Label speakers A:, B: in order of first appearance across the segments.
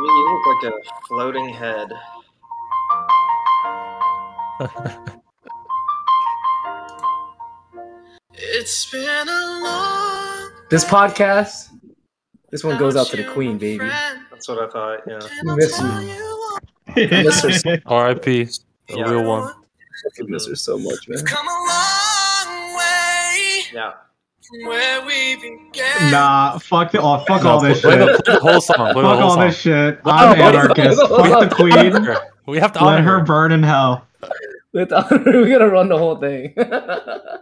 A: look like a floating head.
B: It's been a long
C: This podcast, this one goes out to the queen, baby.
A: That's what I thought. Yeah.
C: We miss you.
B: you.
C: I miss her, so-
D: R.I.P. The
A: Yeah.
D: real one.
C: I miss her so much, man.
B: Come a long way
A: Yeah.
B: from where we began.
E: Nah, fuck the oh, fuck all this
D: play,
E: shit.
D: The, play the whole song. Play
E: Fuck
D: the whole
E: all
D: song.
E: this shit.
D: No,
E: I'm
D: what is-
E: anarchist.
C: what is-
E: Fuck the queen.
D: We have to honor
E: Let her
D: her.
E: burn in hell.
C: We're gonna run the whole thing.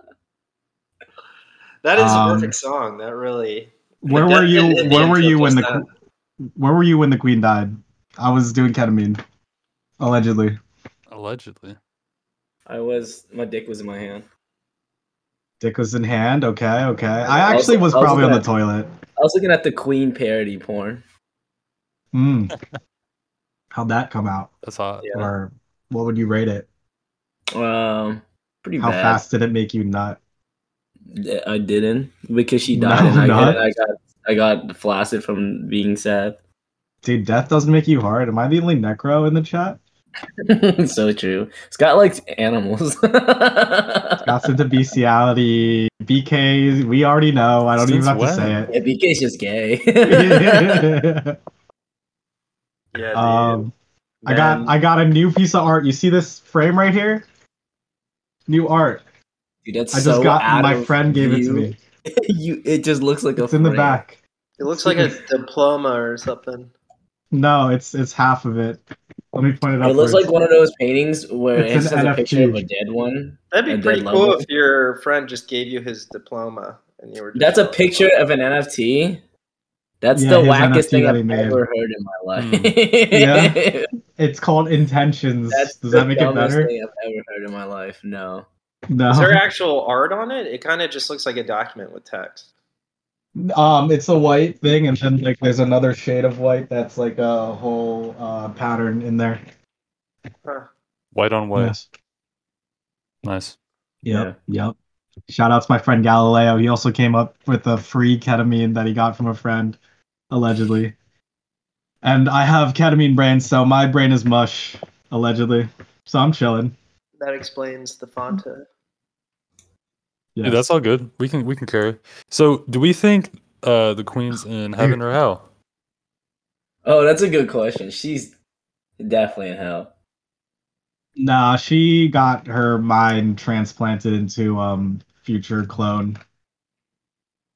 A: That is a
E: Um,
A: perfect song. That really.
E: Where
A: It-
E: were
A: it-
E: you?
A: it- it
E: Where were you when the?
A: influenced
E: que- Where were you when the queen died? I was doing ketamine, allegedly.
D: Allegedly.
C: I was, my dick was in my hand.
E: Dick was in hand. Okay, okay. I
C: was-
E: actually was
C: I was
E: probably on
C: looking
E: the toilet.
C: I was looking at the Queen parody porn.
E: Mm. How'd that come out?
D: That's hot.
A: Yeah.
E: Or what would you rate it?
C: Um, pretty
E: How
C: bad.
E: fast did it make you nut?
C: Yeah, I didn't because she died,
E: No,
C: and I
E: not.
C: got, I got I got flaccid from being sad.
E: Dude, death doesn't make you hard. Am I the only necro in the chat?
C: so true. Scott likes animals. yeah,
E: Got into bestiality, BKs. We already know. I don't
D: Since
E: even have
D: when?
E: to say it.
C: BK's just gay.
A: Yeah. Dude.
E: um, I got
A: Man,
E: I got a new piece of art. You see this frame right here? New art.
C: Dude, that's
E: I just
C: so
E: got
C: out
E: my
C: of
E: friend gave it
C: view.
E: to me.
C: you, it just looks like a.
E: It's in the
C: frame.
E: back.
A: It looks like a diploma or something.
E: No, it's it's half of it. Let me point it up.
C: It looks like one of those paintings where
E: It's
C: it just
E: an
C: has a picture of a
E: NFT.
C: dead one.
A: That'd be
C: And
A: pretty
C: then
A: cool
C: level-
A: if your friend just gave you his diploma and you were. Just
C: That's a
E: Uh-huh.
C: picture of an NFT. That's
E: Yeah,
C: the
E: his
C: wackest
E: NFT
C: thing
E: that
C: I've
E: he made. Hmm.
C: ever heard in my life.
E: Yeah. It's called intentions.
C: That's
E: Does
C: the
E: that make it
C: dumbest
E: better?
C: thing I've ever heard in my life. No.
E: No.
A: Is there actual art on it? It kind of just looks like a document with text.
E: Um, it's a white thing, and then like there's another shade of white that's like a whole uh, pattern in there.
D: White on white. Nice.
E: Yep. Yep. Shout out to my friend Galileo. He also came up with a free ketamine that he got from a friend, allegedly. And I have ketamine brain, so my brain is mush, allegedly. So I'm chilling.
A: That explains the Fonta.
E: Yeah.
D: Dude, that's all good. We can we can carry. So, do we think uh the queen's in heaven or hell?
C: Oh, that's a good question. She's definitely in hell.
E: Nah, she got her mind transplanted into um future clone.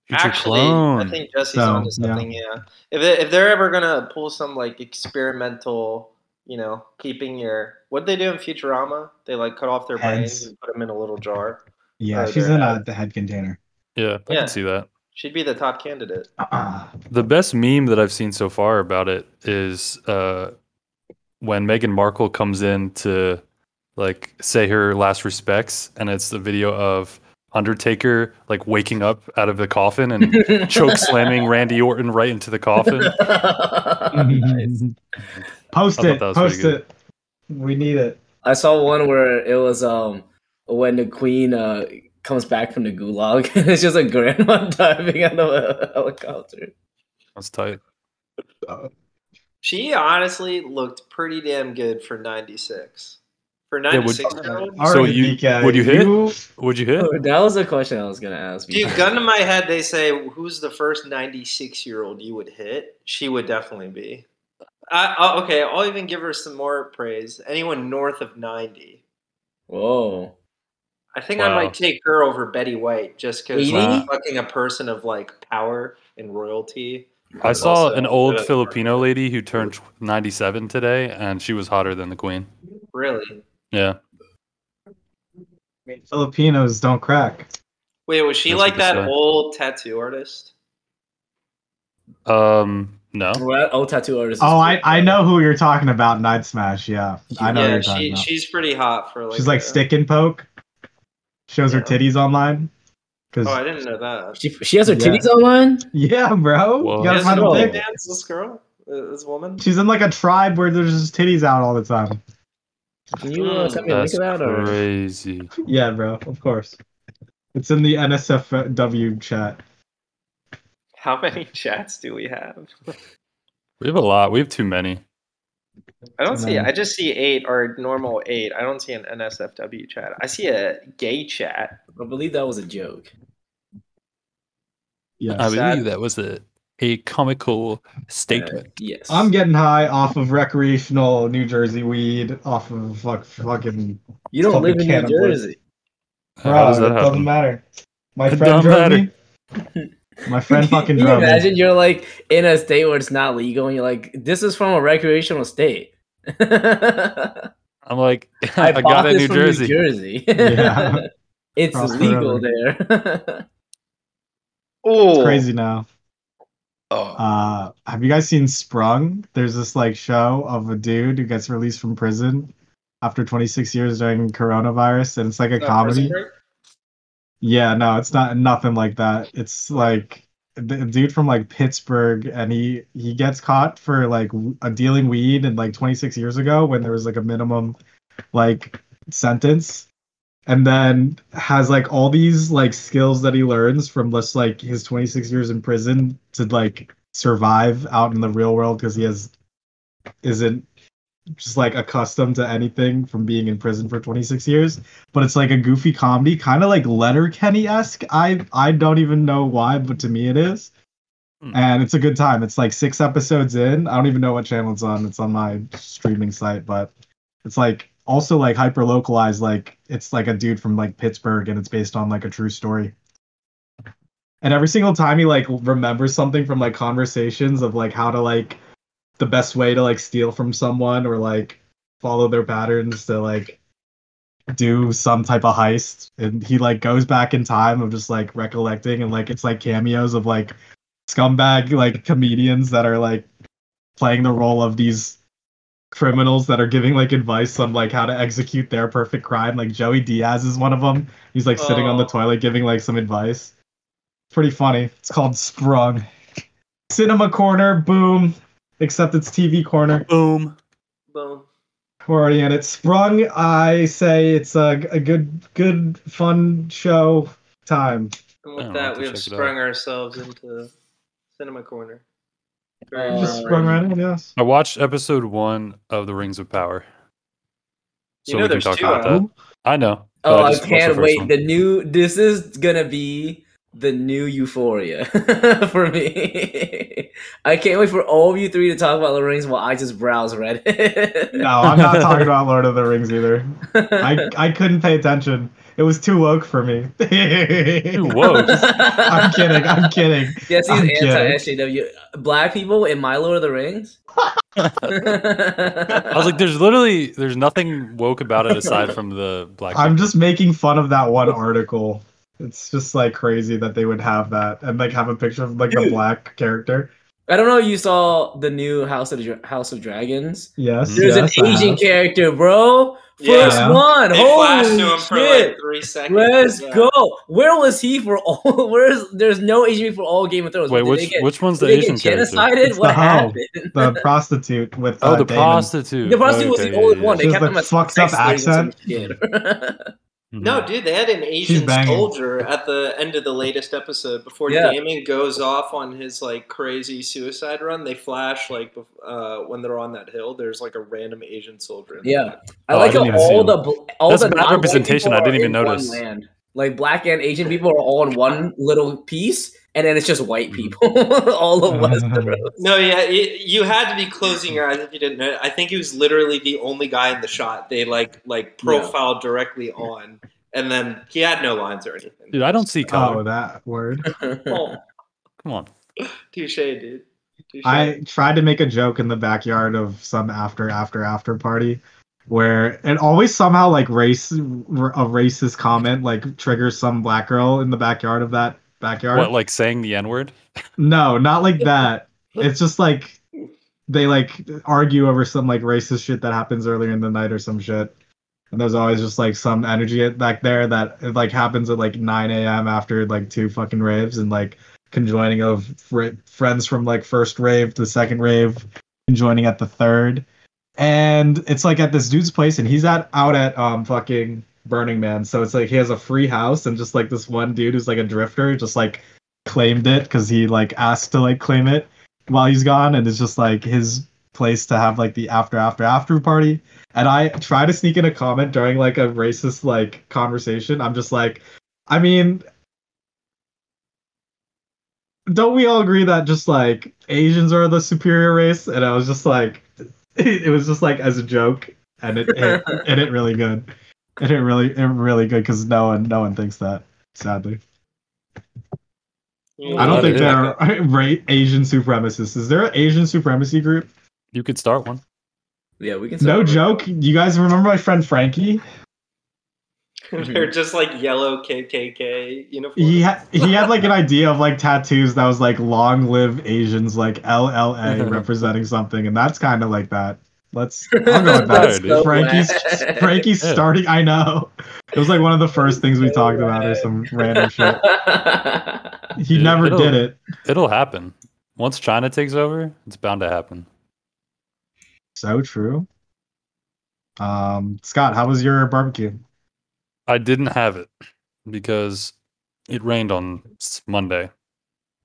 D: Future
A: Actually,
D: clone.
A: I think Jesse's
E: So,
A: onto
E: yeah.
A: something. Yeah. If they, if they're ever gonna pull some like experimental, you know, keeping your what they do in Futurama, they like cut off their brains
E: Heads.
A: and put them in a little jar.
E: Yeah,
A: Oh,
E: she's
A: they're
E: in a,
A: out.
E: the head container.
D: yeah, I
A: Yeah.
D: can see that.
A: She'd be the top candidate.
D: The best meme that I've seen so far about it is uh, when Meghan Markle comes in to like say her last respects, and it's the video of Undertaker like waking up out of the coffin and choke slamming Randy Orton right into the coffin.
C: Nice.
E: Post
D: I thought
E: it.
D: that was
E: Post
D: pretty good.
E: it. We need it.
C: I saw one where it was um when the queen uh comes back from the gulag and it's just a grandma diving out of a helicopter.
D: That's tight.
A: She honestly looked pretty damn good for '96. For
D: Yeah, would-
A: '96 year old.
E: All
D: So
E: right,
D: you-
E: DK,
D: would you hit? Would you hit?
C: That was a question I was gonna ask.
A: Dude, gun to my head, they say, who's the first 96 year old you would hit? She would definitely be. I, I, okay, I'll even give her some more praise. Anyone north of 90.
C: Whoa.
A: I think I
D: Wow.
A: might take her over Betty White just because she's
C: Really?
A: fucking a person of like power and royalty.
D: I
A: It's
D: saw
A: also
D: an old
A: good.
D: Filipino lady who turned tw- 97 today, and she was hotter than the queen.
A: Really?
D: Yeah,
E: Filipinos don't crack.
A: Wait, was she
D: That's
A: like
D: what they
A: that
D: say.
A: old tattoo artist?
D: um, no,
C: Well, old tattoo artist. is
E: Oh, I,
C: pretty
E: I
C: good.
E: know who you're talking about. Night Smash. Yeah, I know who
A: yeah,
E: you're talking
A: she,
E: about.
A: she's pretty hot for like.
E: She's like
A: a-
E: stick and poke. Shows her
A: Yeah.
E: titties online. Cause
A: Oh, I didn't know that.
C: She, she has her
E: Yeah.
C: titties online.
E: yeah, bro.
D: Whoa.
E: You
A: She
E: gotta
C: Yes,
E: find
C: no.
E: a
A: doesn't
E: dick.
A: dance, this girl? Uh, This woman?
E: She's in like a tribe where there's just titties out all the time.
C: Can you uh, send me a link
D: Mm, that's
C: of that? Or?
D: crazy.
E: Yeah, bro. Of course. It's in the NSFW chat.
A: How many chats do we have?
D: We have a lot. We have too many.
A: I don't see.
E: Um,
A: I just see eight or normal eight. I don't see an NSFW chat. I see a gay chat.
C: I believe that was a joke.
E: Yeah.
D: I
A: Sad.
D: believe that was a, a comical
C: Uh,
D: statement.
C: yes.
E: I'm getting high off of recreational New Jersey weed, off of fuck, fucking.
C: you don't
E: fucking
C: live in New
E: cannibal.
C: Jersey.
D: How
E: Bro,
D: does Uh, that
E: it doesn't
D: happen?
E: matter. My
D: It
E: friend
D: don't
E: drove me. My friend fucking
C: Can you
E: drove me.
C: imagine you're like in a state where it's not legal and you're like, this is from a recreational state. I,
D: I'm like, I,
C: bought
D: got it in
C: this
D: New
C: from
D: Jersey.
C: Jersey.
E: Yeah.
C: it's
E: Across the
C: legal there.
A: Oh,
E: It's crazy now.
B: Oh.
E: Uh, have you guys seen Sprung? There's this like show of a dude who gets released from prison after 26 years during coronavirus, and it's like a comedy. Yeah, no, it's not nothing like that. It's like the dude from like Pittsburgh, and he he gets caught for like w- uh, dealing weed and like 26 years ago when there was like a minimum like sentence, and then has like all these like skills that he learns from just like his 26 years in prison to like survive out in the real world because he has isn't just like accustomed to anything from being in prison for 26 years but it's like a goofy comedy, kind of like Letter Kenny esque. I I don't even know why, but to me it is,
D: Hmm.
E: and it's a good time. It's like six episodes in. I don't even know what channel it's on. It's on my streaming site, but it's like also like hyper localized. Like it's like a dude from like Pittsburgh, and it's based on like a true story. And every single time he like remembers something from like conversations of like how to like the best way to like steal from someone or like follow their patterns to like do some type of heist and he like goes back in time of just like recollecting and like it's like cameos of like scumbag like comedians that are like playing the role of these criminals that are giving like advice on like how to execute their perfect crime like joey diaz is one of them he's like sitting on the
A: Oh.
E: toilet giving like some advice it's pretty funny it's called sprung cinema corner boom except it's tv corner
D: Boom.
A: Boom.
E: we're already in it. Sprung, I say it's a, a good, good, fun show time.
A: And
D: I
A: with
D: don't have
A: that,
D: to
A: we have
D: check it out.
A: sprung ourselves into cinema corner. Very
C: Uh,
E: Just
A: nice.
E: sprung right in, yes.
D: I watched episode one of The Rings of Power.
A: You know there's two
C: Uh,
A: out.
D: that. I know. but
C: oh, I,
D: just watched the
C: can't
D: first
C: wait.
D: one.
C: The new, this is gonna be the new euphoria for me. I can't wait for all of you three to talk about the rings while I just browse Reddit.
E: No, I'm not talking about Lord of the Rings either. I, I couldn't pay attention. It was too woke for me.
D: Dude, Whoa.
E: I'm kidding. I'm kidding.
C: Yes,
E: I'm
C: he's
E: kidding.
C: anti SJW. Black people in My Lord of the Rings.
D: I was like, there's literally there's nothing woke about it aside from the black.
E: I'm
D: people.
E: just making fun of that one article. It's just like crazy that they would have that and like have a picture of like a
C: Dude.
E: black character.
C: I don't know. if You saw the new House of Dra- House of Dragons.
E: Yes.
C: There's
E: yes,
C: an
E: I have.
C: Asian character, bro.
A: Yeah.
C: First one.
A: They
C: Holy
A: flashed to him
C: shit.
A: for like three seconds.
C: Let's
A: Yeah.
C: go. Where was he for all? Where's there's no Asian for all Game of Thrones.
D: Wait,
C: Did
D: which
C: they get,
D: which one's
C: did
D: the
C: they
D: Asian
C: get
D: character?
C: genocided?
E: It's the
C: What
E: hoe.
C: happened?
E: the prostitute with
D: Oh,
E: uh,
D: the
E: Damon.
D: prostitute.
C: The prostitute was
D: Okay,
C: the old
D: yeah,
C: one. They
E: She has
C: kept
E: the
C: him as
E: fucked up
C: sex slave or some shit.
D: yeah. Mhm.
A: No, dude, they had an Asian
E: banging.
A: soldier at the end of the latest episode before
C: Yeah.
A: Damon goes off on his like crazy suicide run. They flash like bef- uh, when they're on that hill. There's like a random Asian soldier. in the
C: Yeah.
A: back.
C: I
D: Oh, I
C: like
D: didn't
C: how
D: even see
C: all
D: him.
C: the bl- all
D: That's
C: the
D: bad
C: non-white
D: representation. I
C: people
D: didn't
C: are
D: even
C: in one
D: notice.
C: land. Like black and Asian people are all in one little piece, and then it's just white
D: Mm-hmm.
C: people all of Westeros.
A: No, yeah, it, you had to be closing your eyes if you didn't know. I think he was literally the only guy in the shot they like like profiled directly on, and then he had no lines or anything.
D: Dude, I don't see color.
E: Oh, that word.
A: Oh,
D: Come on.
A: touche, dude. Touche.
E: I tried to make a joke in the backyard of some after after after party where it always somehow like race a racist comment like triggers some black girl in the backyard of that backyard.
D: What, like saying the N word?
E: No, not like that. it's just like they like argue over some like racist shit that happens earlier in the night or some shit. And there's always just like some energy back there that it, like happens at like 9 a.m. after like two fucking raves and like conjoining of fr- friends from like first rave to second rave, conjoining at the third. And it's like at this dude's place and he's at out at um fucking Burning Man. So it's like he has a free house and just like this one dude who's like a drifter just like claimed it because he like asked to like claim it while he's gone and it's just like his place to have like the after after after party. And I try to sneak in a comment during like a racist like conversation. I'm just like, I mean, don't we all agree that just like Asians are the superior race? And I was just like, it was just like as a joke, and it it, it hit really good. It hit really it really good because no one no one thinks that sadly. I
D: Yeah,
E: don't think
D: they
E: there are right, Asian supremacists. Is there an Asian supremacy group?
D: You could start one.
C: Yeah, we can.
E: No
C: start over.
E: joke. You guys remember my friend Frankie?
A: They're just like yellow KKK uniforms.
E: He had he had like an idea of like tattoos that was like "Long Live Asians," like LLA representing something, and that's kind of like that. Let's. I'll go with
D: That's
E: that.
D: Right, dude.
E: Frankie's
C: whack.
E: Frankie's
D: Yeah.
E: starting. I know. It was like one of the first things we talked about, or some random shit. He
D: Dude,
E: never
D: it'll-
E: did it.
D: It'll happen. Once China takes over, it's bound to happen.
E: So true. Um, Scott, how was your barbecue?
D: I didn't have it because it rained on s- Monday.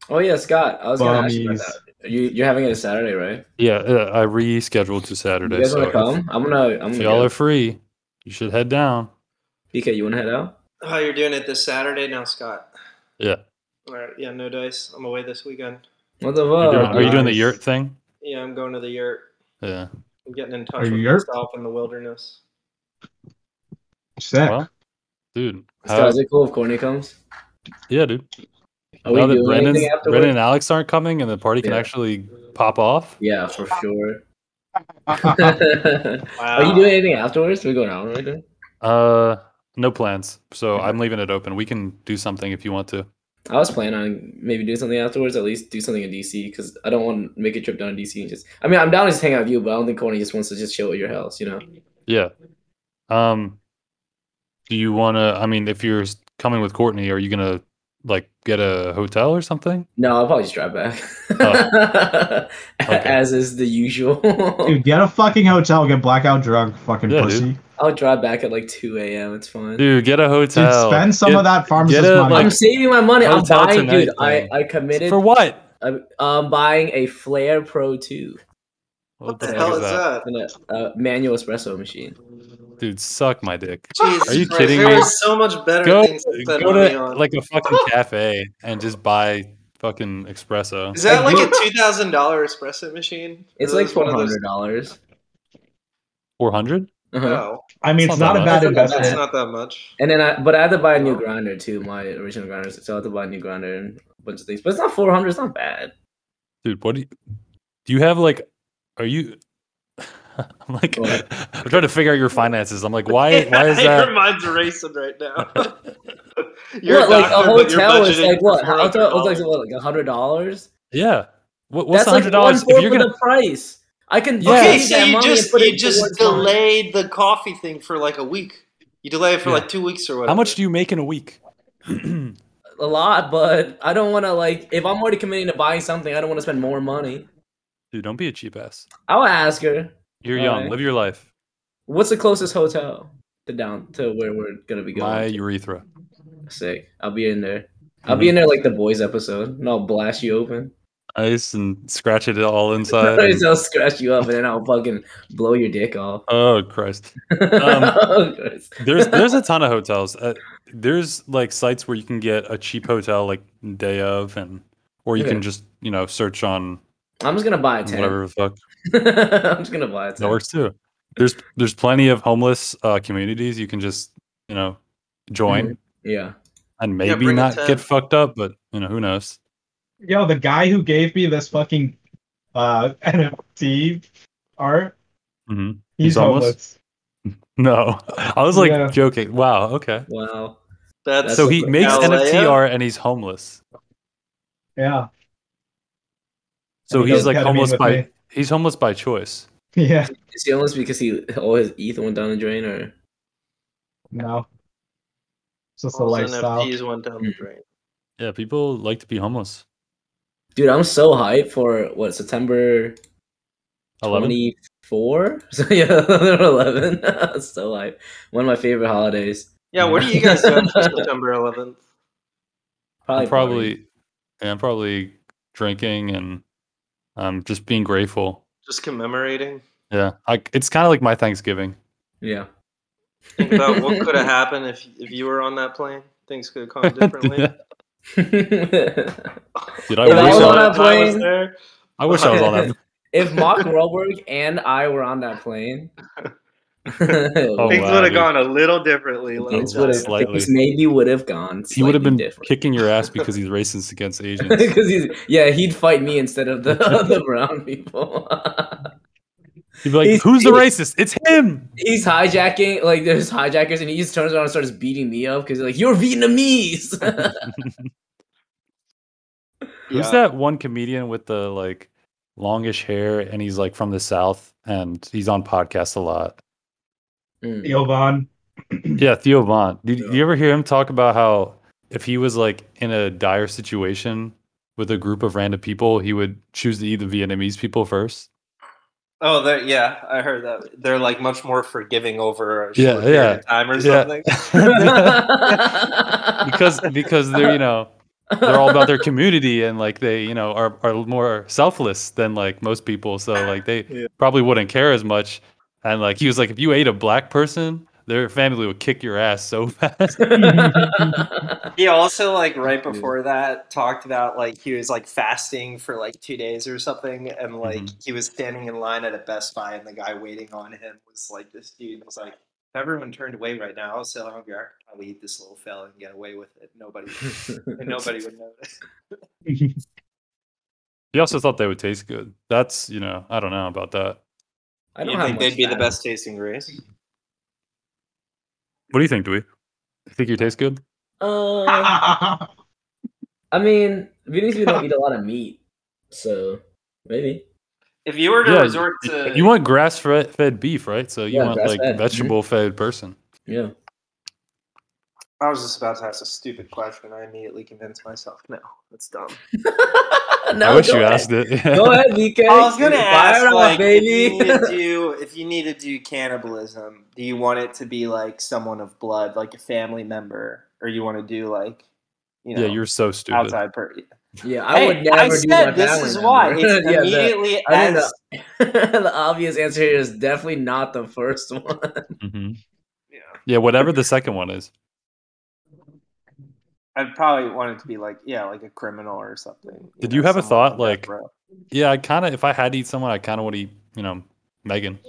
C: oh yeah, Scott. I was gonna ask you about
E: Bummies.
C: that. You you're having it a Saturday, right?
D: Yeah, uh, I rescheduled to Saturday.
C: You guys
D: so
C: wanna come? I'm gonna. I'm
D: If
C: gonna.
D: y'all
C: go.
D: are free, you should head down.
C: PK, you wanna head out?
A: Oh, you're doing it this Saturday now, Scott.
D: Yeah.
A: All right. Yeah, no dice. I'm away this weekend.
C: What the
D: You're
C: fuck?
D: doing- are you doing the
E: nice.
D: yurt thing?
A: Yeah, I'm going to the yurt.
D: Yeah.
A: I'm getting in touch
E: A
A: with
E: yurt?
A: myself in the wilderness.
E: Sick.
D: Well, dude.
C: Scott,
D: how-
C: is it cool if Corny comes?
D: yeah, dude.
C: Are we
D: Now that
C: doing
D: Brendan,
C: anything afterwards?
D: Brendan and Alex aren't coming, and the party can
C: Yeah.
D: actually pop off.
C: Yeah, for sure.
E: I
A: Wow.
C: Are you
E: Uh,
C: doing anything afterwards? we going out right there?
D: Uh, no plans. So
C: Okay.
D: I'm leaving it open. We can do something if you want to.
C: I was planning on maybe doing something afterwards, at least do something in DC, because I don't want to make a trip down to DC and just. I mean, I'm down to just hang out with you, but I don't think Corny just wants to just chill at your house, you know?
D: Yeah. Um, do you want to? I mean, if you're s- coming with Courtney, are you gonna like get a hotel or something?
C: No, I'll probably just drive back,
D: Oh.
C: as is the usual.
E: Dude, get a fucking hotel, get blackout drunk, fucking
D: Yeah, dude.
E: pussy.
C: I'll drive back at like 2 a.m. It's fine.
D: Dude, get a
E: Dude,
D: hotel.
E: spend some
D: Get-
E: of that pharmacist
D: a,
E: money.
D: like-
C: I'm saving my money. I'm
D: Hotel
C: buying, dude.
D: tonight thing.
C: I, I committed.
D: for what?
C: I'm, I'm buying a Flare Pro 2
A: What
D: fuck
A: the hell is that?
C: and a, a manual espresso machine.
D: Dude, suck my dick.
A: Jesus
D: Are you
A: Christ,
D: kidding
A: there
D: me?
A: are so much better
D: Go,
A: things to spend
D: go
A: money
D: to
A: on.
D: like a fucking cafe and just buy fucking espresso.
A: Is that like a two thousand dollar espresso machine?
C: It's
A: Is
C: like
A: this one
C: four
A: of those-
C: hundred dollars.
D: Four hundred?
C: Uh-huh.
A: No,
E: I mean,
D: It's
E: it's
D: not
E: not a
D: that
E: bad
C: much.
A: that's
E: investment.
A: not that much.
C: And then I, but I had to buy a new grinder too. My original grinder, so I had to buy a new grinder and a bunch of things. But it's not four hundred. It's not bad.
D: Dude, what do you do you have like are you I'm like
C: What?
D: I'm trying to figure out your finances. I'm like, why why is
A: Your
D: that
A: mind's racing right now.
C: what, like a
A: but you're
C: hotel is
A: budgeting
C: like
A: for
C: what? A Hotel was like
A: $400.
C: what, like a hundred dollars.
D: yeah. What, what's
C: That's
D: hundred
C: like
D: dollars
C: one
D: if you're
C: fourth of
D: gonna
C: the price. I can
D: Yeah.
A: Okay,
C: use
A: so
C: that
A: you
C: money and
A: just
C: put it
A: you just
C: towards mine.
A: delayed the coffee thing for like a week. You delay it for
D: Yeah.
A: like two weeks or whatever.
D: how much do you make in a week?
C: a lot, but I don't want to like if I'm already committing to buying something, I don't want to spend more money.
D: Dude, don't be a cheap ass.
C: I'll ask her
D: You're
C: All
D: young.
C: right.
D: Live your life.
C: what's the closest hotel to down to where we're gonna be going.
D: My urethra.
C: Sick. I'll be in there. I'll
D: Mhm.
C: be in there like the boys episode, and I'll blast you open.
D: Mm-hmm. Ice and scratch it all inside. and-
C: I'll scratch you up, and then I'll fucking blow your dick off.
D: oh Christ. There's there's a ton of hotels. Uh, there's like sites where you can get a cheap hotel like day of, and or you
C: Yeah.
D: can just you know search on
C: I'm just gonna buy a tent.
D: whatever the fuck
C: I'm just gonna buy a
D: that
C: tent.
D: works too. There's there's plenty of homeless uh, communities you can just you know join
C: Mm-hmm. Yeah.
D: and maybe
A: bring a
D: not
A: tent.
D: get fucked up, but you know who knows.
E: Yo, the guy who gave me this fucking uh, NFT art,
D: hmm
E: he's,
D: He's homeless?
E: homeless.
D: No, I was like
E: Yeah.
D: joking. Wow, okay.
C: Wow.
A: That's
D: so
C: a-
D: he makes
A: Galileo?
D: NFT art and he's homeless.
E: Yeah.
D: So
E: And he
D: he's
E: does
D: like
E: ketamine
D: homeless
E: with
D: by
E: me.
D: he's homeless by choice.
E: Yeah.
C: Is he homeless because he all his ETH went down the drain, or
E: No. It's just
A: All
E: a
A: those
E: lifestyle.
A: NFTs went down the
C: Hmm.
A: drain.
D: Yeah, people like to be homeless.
C: dude? I'm so hyped for what September
D: Eleven.
C: 24. So yeah, 11. so hyped. One of my favorite holidays.
A: Yeah, what are you guys doing for September 11th?
C: Probably.
D: I'm probably, yeah, I'm probably drinking and um, just being grateful
A: Just commemorating.
D: Yeah, I, it's kind of like my Thanksgiving.
C: Yeah.
A: Think about what could have happened if if you were on that plane. Things could have gone differently.
D: Did I
C: If
D: wish
C: I was on
D: I,
C: that
A: I was
C: plane-
A: there.
D: I wish I was on that.
C: if Mark Wahlberg and I were on that plane,
D: Oh,
A: Things
D: wow,
A: would have
D: dude.
A: gone a little differently. let me
C: things
A: tell
C: would
A: you.
C: have
D: slightly.
C: things maybe would have gone.
D: He would have been
C: different.
D: kicking your ass because he's racist against Asians.
C: because he's yeah he'd fight me instead of the the brown people.
D: He'd be like,
C: He's-
D: "Who's the racist? It's him."
C: he's hijacking like there's hijackers and he just turns around and starts beating me up because like you're Vietnamese.
D: Who's
A: Yeah.
D: that one comedian with the like longish hair and he's like from the south and he's on podcasts a lot?
C: Mm.
E: Theo Von.
D: Yeah, Theo Vaughn. Did
C: Yeah.
D: you ever hear him talk about how if he was like in a dire situation with a group of random people, he would choose to eat the Vietnamese people first?
A: Oh, they're, yeah, I heard that. They're like much more forgiving over a
D: Yeah,
A: short period
D: yeah,
A: of time or
D: yeah.
A: something.
D: because because they're you know they're all about their community and like they you know are, are more selfless than like most people so like they
A: Yeah.
D: probably wouldn't care as much and like he was like if you ate a black person their family would kick your ass so fast
A: He also like right before that talked about like he was like fasting for like two days or something, and like he was standing in line at a Best Buy, and the guy waiting on him was like this dude was like, "If everyone turned away right now, I was so hungry. I could probably eat this little fella and get away with it. Nobody, and nobody would notice."
D: he also thought they would taste good that's you know i don't know about that
C: I
A: you
C: have
A: think
C: much
A: they'd be the
C: fat.
A: best tasting race?
D: what do you think do we think you taste good
C: Uh, I mean, Vietnamese people don't eat a lot of meat, so maybe.
A: If you were to
D: Yeah,
A: resort to
D: you want grass fed fed beef right so you
C: Yeah,
D: want like
A: Mm-hmm.
C: grass-fed. Mhm.
D: vegetable fed person
C: Yeah.
A: I was just about to ask a stupid question. I immediately convinced myself, no, that's dumb.
C: No,
D: i wish
C: go
D: you
C: ahead.
D: asked it
C: Go ahead, BK.
A: I was gonna
C: Fire
A: ask,
C: it up,
A: like, if
C: baby.
A: you need to do if you need to do cannibalism, do you want it to be like someone of blood, like a family member, or you want to do like, you know,
D: yeah you're so stupid
A: outside per?
C: yeah, I
A: Hey,
C: would never
A: I
C: do
A: said
C: that.
A: this
C: family
A: is
C: member.
A: why it's
C: Yeah, the-
A: immediately
C: I didn't
A: as
C: the obvious answer here is definitely not the first one.
D: Mhm.
A: yeah.
D: yeah whatever the second one is
A: I'd probably want it to be like yeah, like a criminal or something.
D: Did you have a
A: someone on
D: thought,
A: death
D: like-
A: row.
D: Yeah, I kind of. If I had to eat someone, I kind of would eat. You know, Megan.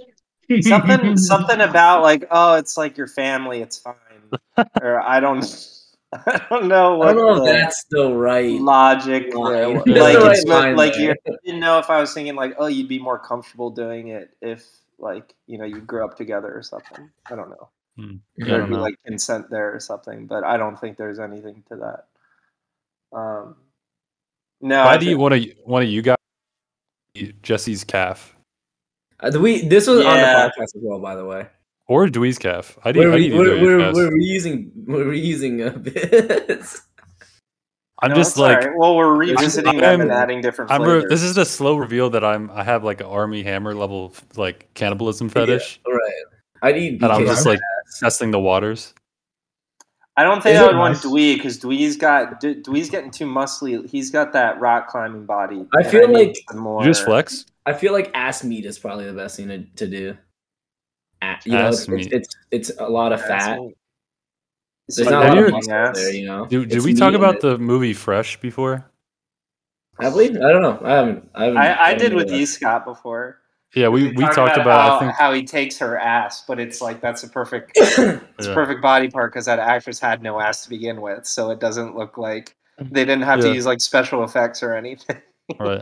A: something something about like oh, it's like your family, it's fine, or I don't, I don't know
C: I
A: what.
C: don't know if
A: the-
C: that's the right.
A: logic
C: line.
A: like,
C: That's
D: the
A: it's
C: right
A: not-
C: line
A: like
C: there.
A: you didn't know if I was thinking like oh you'd be more comfortable doing it if like you know you grew up together or something I don't know
D: I
A: there'd
D: don't
A: be
D: know.
A: like consent there or something but I don't think there's anything to that um no
D: Why
A: I
D: do you
A: think-
D: want to? One of you guys, eat Jesse's calf
C: Uh, we this was on
A: Yeah.
C: the podcast as well, by the way.
D: or Dewey's calf. I
C: We're,
D: would
C: re-
D: eat
C: we're,
D: either of you
C: we're, we're
D: guys.
C: reusing we're uh, reusing a bit.
D: I'm
A: no,
D: just
A: it's all
D: like
A: right. well we're revisiting
D: I'm-
A: them and adding different
D: I'm.
A: flavors
D: Re- this is a slow reveal that I'm. I have like an army hammer level like cannibalism fetish,
C: All right, I need.
D: and I'm
C: BK's
D: just like
C: ass.
D: testing the waters.
A: I don't think
E: Is
A: I
E: it
A: would want
E: nice?
A: Dwee because Dwee's got D- Dwee's getting too muscly he's got that rock climbing body
C: I
A: and
C: feel
A: need
C: like-
A: some more
D: You just flex.
C: I feel like ass meat is probably the best thing to, to do. A- you know,
D: Ass
C: it's-
D: meat.
C: It's, it's it's a lot of
A: That's
C: fat.
A: me.
C: There's
A: Like,
C: not a
D: have
C: lot
D: you-
C: of
A: Yes.
C: muscle there, you know.
D: Did, did
C: It's
D: we
C: meat
D: talk
C: and
D: about
C: it-
D: the movie Fresh before?
C: I believe I don't know. I haven't. I, haven't,
A: I, I
C: haven't
A: did
C: heard
A: with
C: of that.
A: you, Scott, before.
D: Yeah, we, we
A: talked
D: talked about.
A: how,
D: I think
A: how he takes her ass, but it's like that's a perfect it's a
D: Yeah.
A: perfect body part because that actress had no ass to begin with, so it doesn't look like they didn't have to
D: Yeah.
A: use like special effects or anything.
D: right.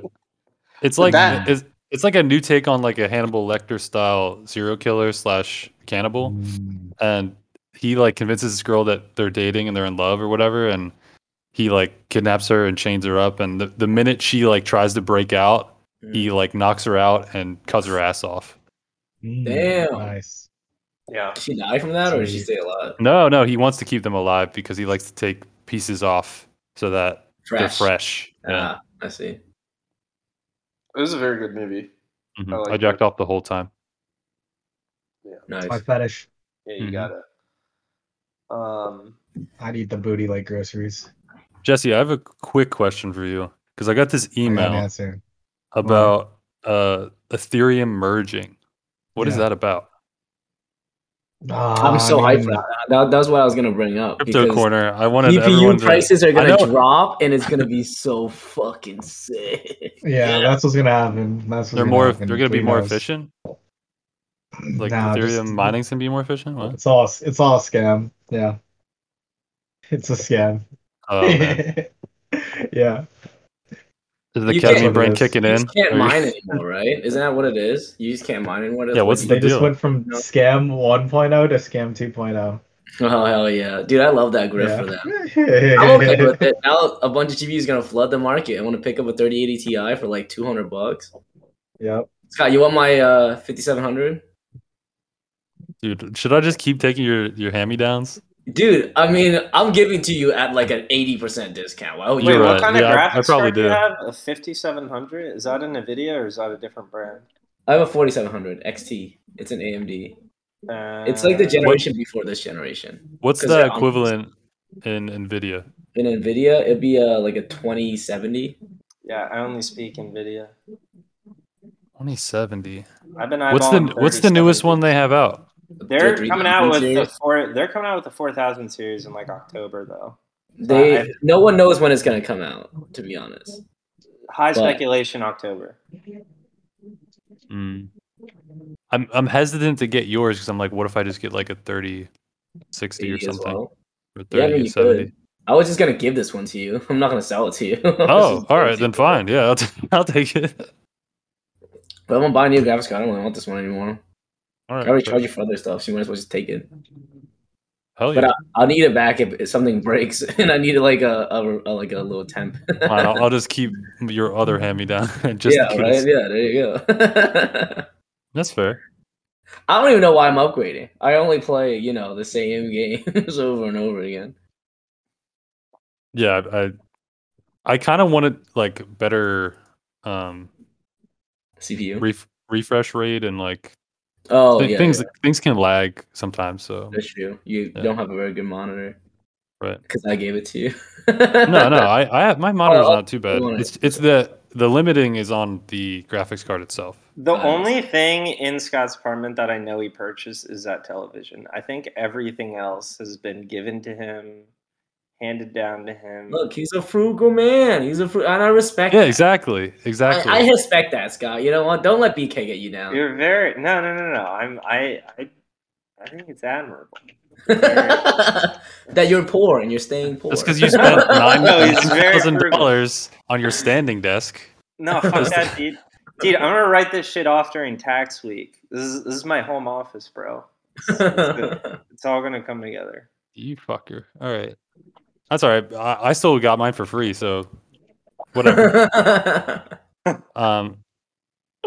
D: It's like
A: That-
D: it's, it's like a new take on like a Hannibal Lecter style serial killer slash cannibal. and he like convinces this girl that they're dating and they're in love or whatever and he like kidnaps her and chains her up and the, the minute she like tries to break out
C: Mm.
D: he like knocks her out and cuts her ass off
C: Damn.
E: Mm, Nice.
A: Yeah,
C: Did she die from that, or did she stay
E: Sweet.
C: alive?
D: no no he wants to keep them alive because he likes to take pieces off so that they're
C: Fresh.
D: fresh yeah
C: Ah, I see.
A: it was a very good movie.
D: Mhm.
A: I like
D: i jacked off the whole time
C: Nice.
E: It's my fetish.
A: Yeah,
D: you Mhm.
A: got it. Um,
E: I'd eat the booty like groceries.
D: jesse i have a quick question for you because i got this
E: I got an
D: email
E: answer.
D: about uh, Ethereum merging. What is
E: Yeah.
D: that about?
C: I'm so
E: I
C: hyped
E: mean,
C: for that. that. That was what I was gonna bring up.
D: Crypto
C: because
D: corner. I wanted everyone
C: GPU
D: to-
C: prices are
D: I
C: gonna
D: know.
C: drop, and it's gonna be so fucking sick.
E: Yeah, that's what's gonna happen. That's what's
D: They're
E: gonna
D: more.
E: happen.
D: They're gonna be
E: Who
D: more
E: knows?
D: efficient. Like
E: Nah,
D: Ethereum
E: just-
D: mining's gonna be more efficient. What?
E: It's all it's all a scam. Yeah, it's a scam.
D: Oh, man.
E: yeah,
D: Is the
C: You can't-
D: ketamine brain kicking
C: You
D: in?
C: just can't
D: Are you-
C: mine anymore, right? Isn't that what it is? You just can't mine anymore. That's
D: Yeah,
C: what
D: what's
C: you-
E: they
D: the
E: just
D: deal?
E: went from
C: No.
E: scam 1.0 to scam 2.0.
C: Oh hell yeah, dude! I love that grift for them.
E: Yeah.
C: I'm okay with it. Now a bunch of GPUs is gonna flood the market. I want to pick up a 3080 Ti for like 200 bucks.
E: yep.
C: Scott, you want my uh 5700?
D: Dude, should I just keep taking your your hand me downs?
C: Dude, I mean, I'm giving to you at like an 80% discount. Why would you?
A: Wait,
D: You're
A: what
C: want-
D: right.
A: kind
D: Yeah,
A: of
D: I- I
A: graphics
D: probably
A: card do you
D: do.
A: have? A 5700? Is that an NVIDIA or is that a different brand?
C: I have a 4700 XT. It's an AMD.
A: Uh,
C: It's like the generation before this generation.
D: What's
C: 'Cause they're
D: the
C: on-
D: equivalent in Nvidia?
C: In Nvidia, it'd be uh like a 2070.
A: Yeah, I only speak NVIDIA.
D: Twenty seventy.
A: I've been
D: What's the
A: eyeballing
D: What's the newest
A: 3070.
D: one they have out?
A: They're
C: The three
A: coming out with
C: series.
A: the four. They're coming out with the four thousand series in like October though.
C: they.
A: I-
C: no one knows when it's gonna come out. To be honest,
A: High
C: But-
A: speculation October.
D: Mm. I'm I'm hesitant to get yours because I'm like, what if I just get like a thirty sixty or
C: 80 as
D: something,
C: well. Yeah,
D: or
C: I
D: thirty
C: mean, you
D: seventy?
C: could. I was just gonna give this one to you. I'm not gonna sell it to you. This
D: Oh,
C: is-
D: all right, then fine. Yeah, I'll, t- I'll take it.
C: But I'm gonna buy a new graphics card. I don't really want this one anymore.
D: All
C: I
D: right,
C: already
D: fair.
C: charged you for other stuff, so you might as well just take it.
D: Hell
C: But uh,
D: yeah!
C: I'll need it back if, if something breaks, and I need like a, a, a- like a little temp.
D: Fine, I'll, I'll just keep your other hand me down. just
C: yeah,
D: in case.
C: right. Yeah, there you go.
D: That's fair.
C: I don't even know why I'm upgrading. I only play, you know, the same games over and over again.
D: Yeah, I I, I kind of wanted like better um
C: CPU.
D: ref- refresh rate and like
C: Mm-hmm. oh
D: thi-
C: yeah,
D: things
C: yeah,
D: things can lag sometimes. So
C: that's true. You
D: Yeah.
C: don't have a very good monitor.
D: Right.
C: Because I gave it to you.
D: no, no, I, I have, my monitor's
C: Oh,
D: not too bad.
C: you want it.
D: It's it's the the limiting is on the graphics card itself.
A: The
C: Nice.
A: only thing in Scott's apartment that I know he purchased is that television. I think everything else has been given to him, handed down to him.
C: Look, he's a frugal man. He's a frugal, and I respect.
D: Yeah,
C: that.
D: exactly, exactly.
C: I, I respect that, Scott. You know what? Don't let BK get you down.
A: You're very no, no, no, no. I'm I I, I think it's admirable.
C: that you're poor and you're staying poor.
D: That's because you spent nine
A: No, he's very
D: thousand
A: frugal.
D: dollars on your standing desk.
A: No, fuck that, dude. Dude, I'm gonna write this shit off during tax week. This is this is my home office, bro. It's all gonna come together.
D: You fucker. All right, that's all right. I, I still got mine for free, so whatever. um,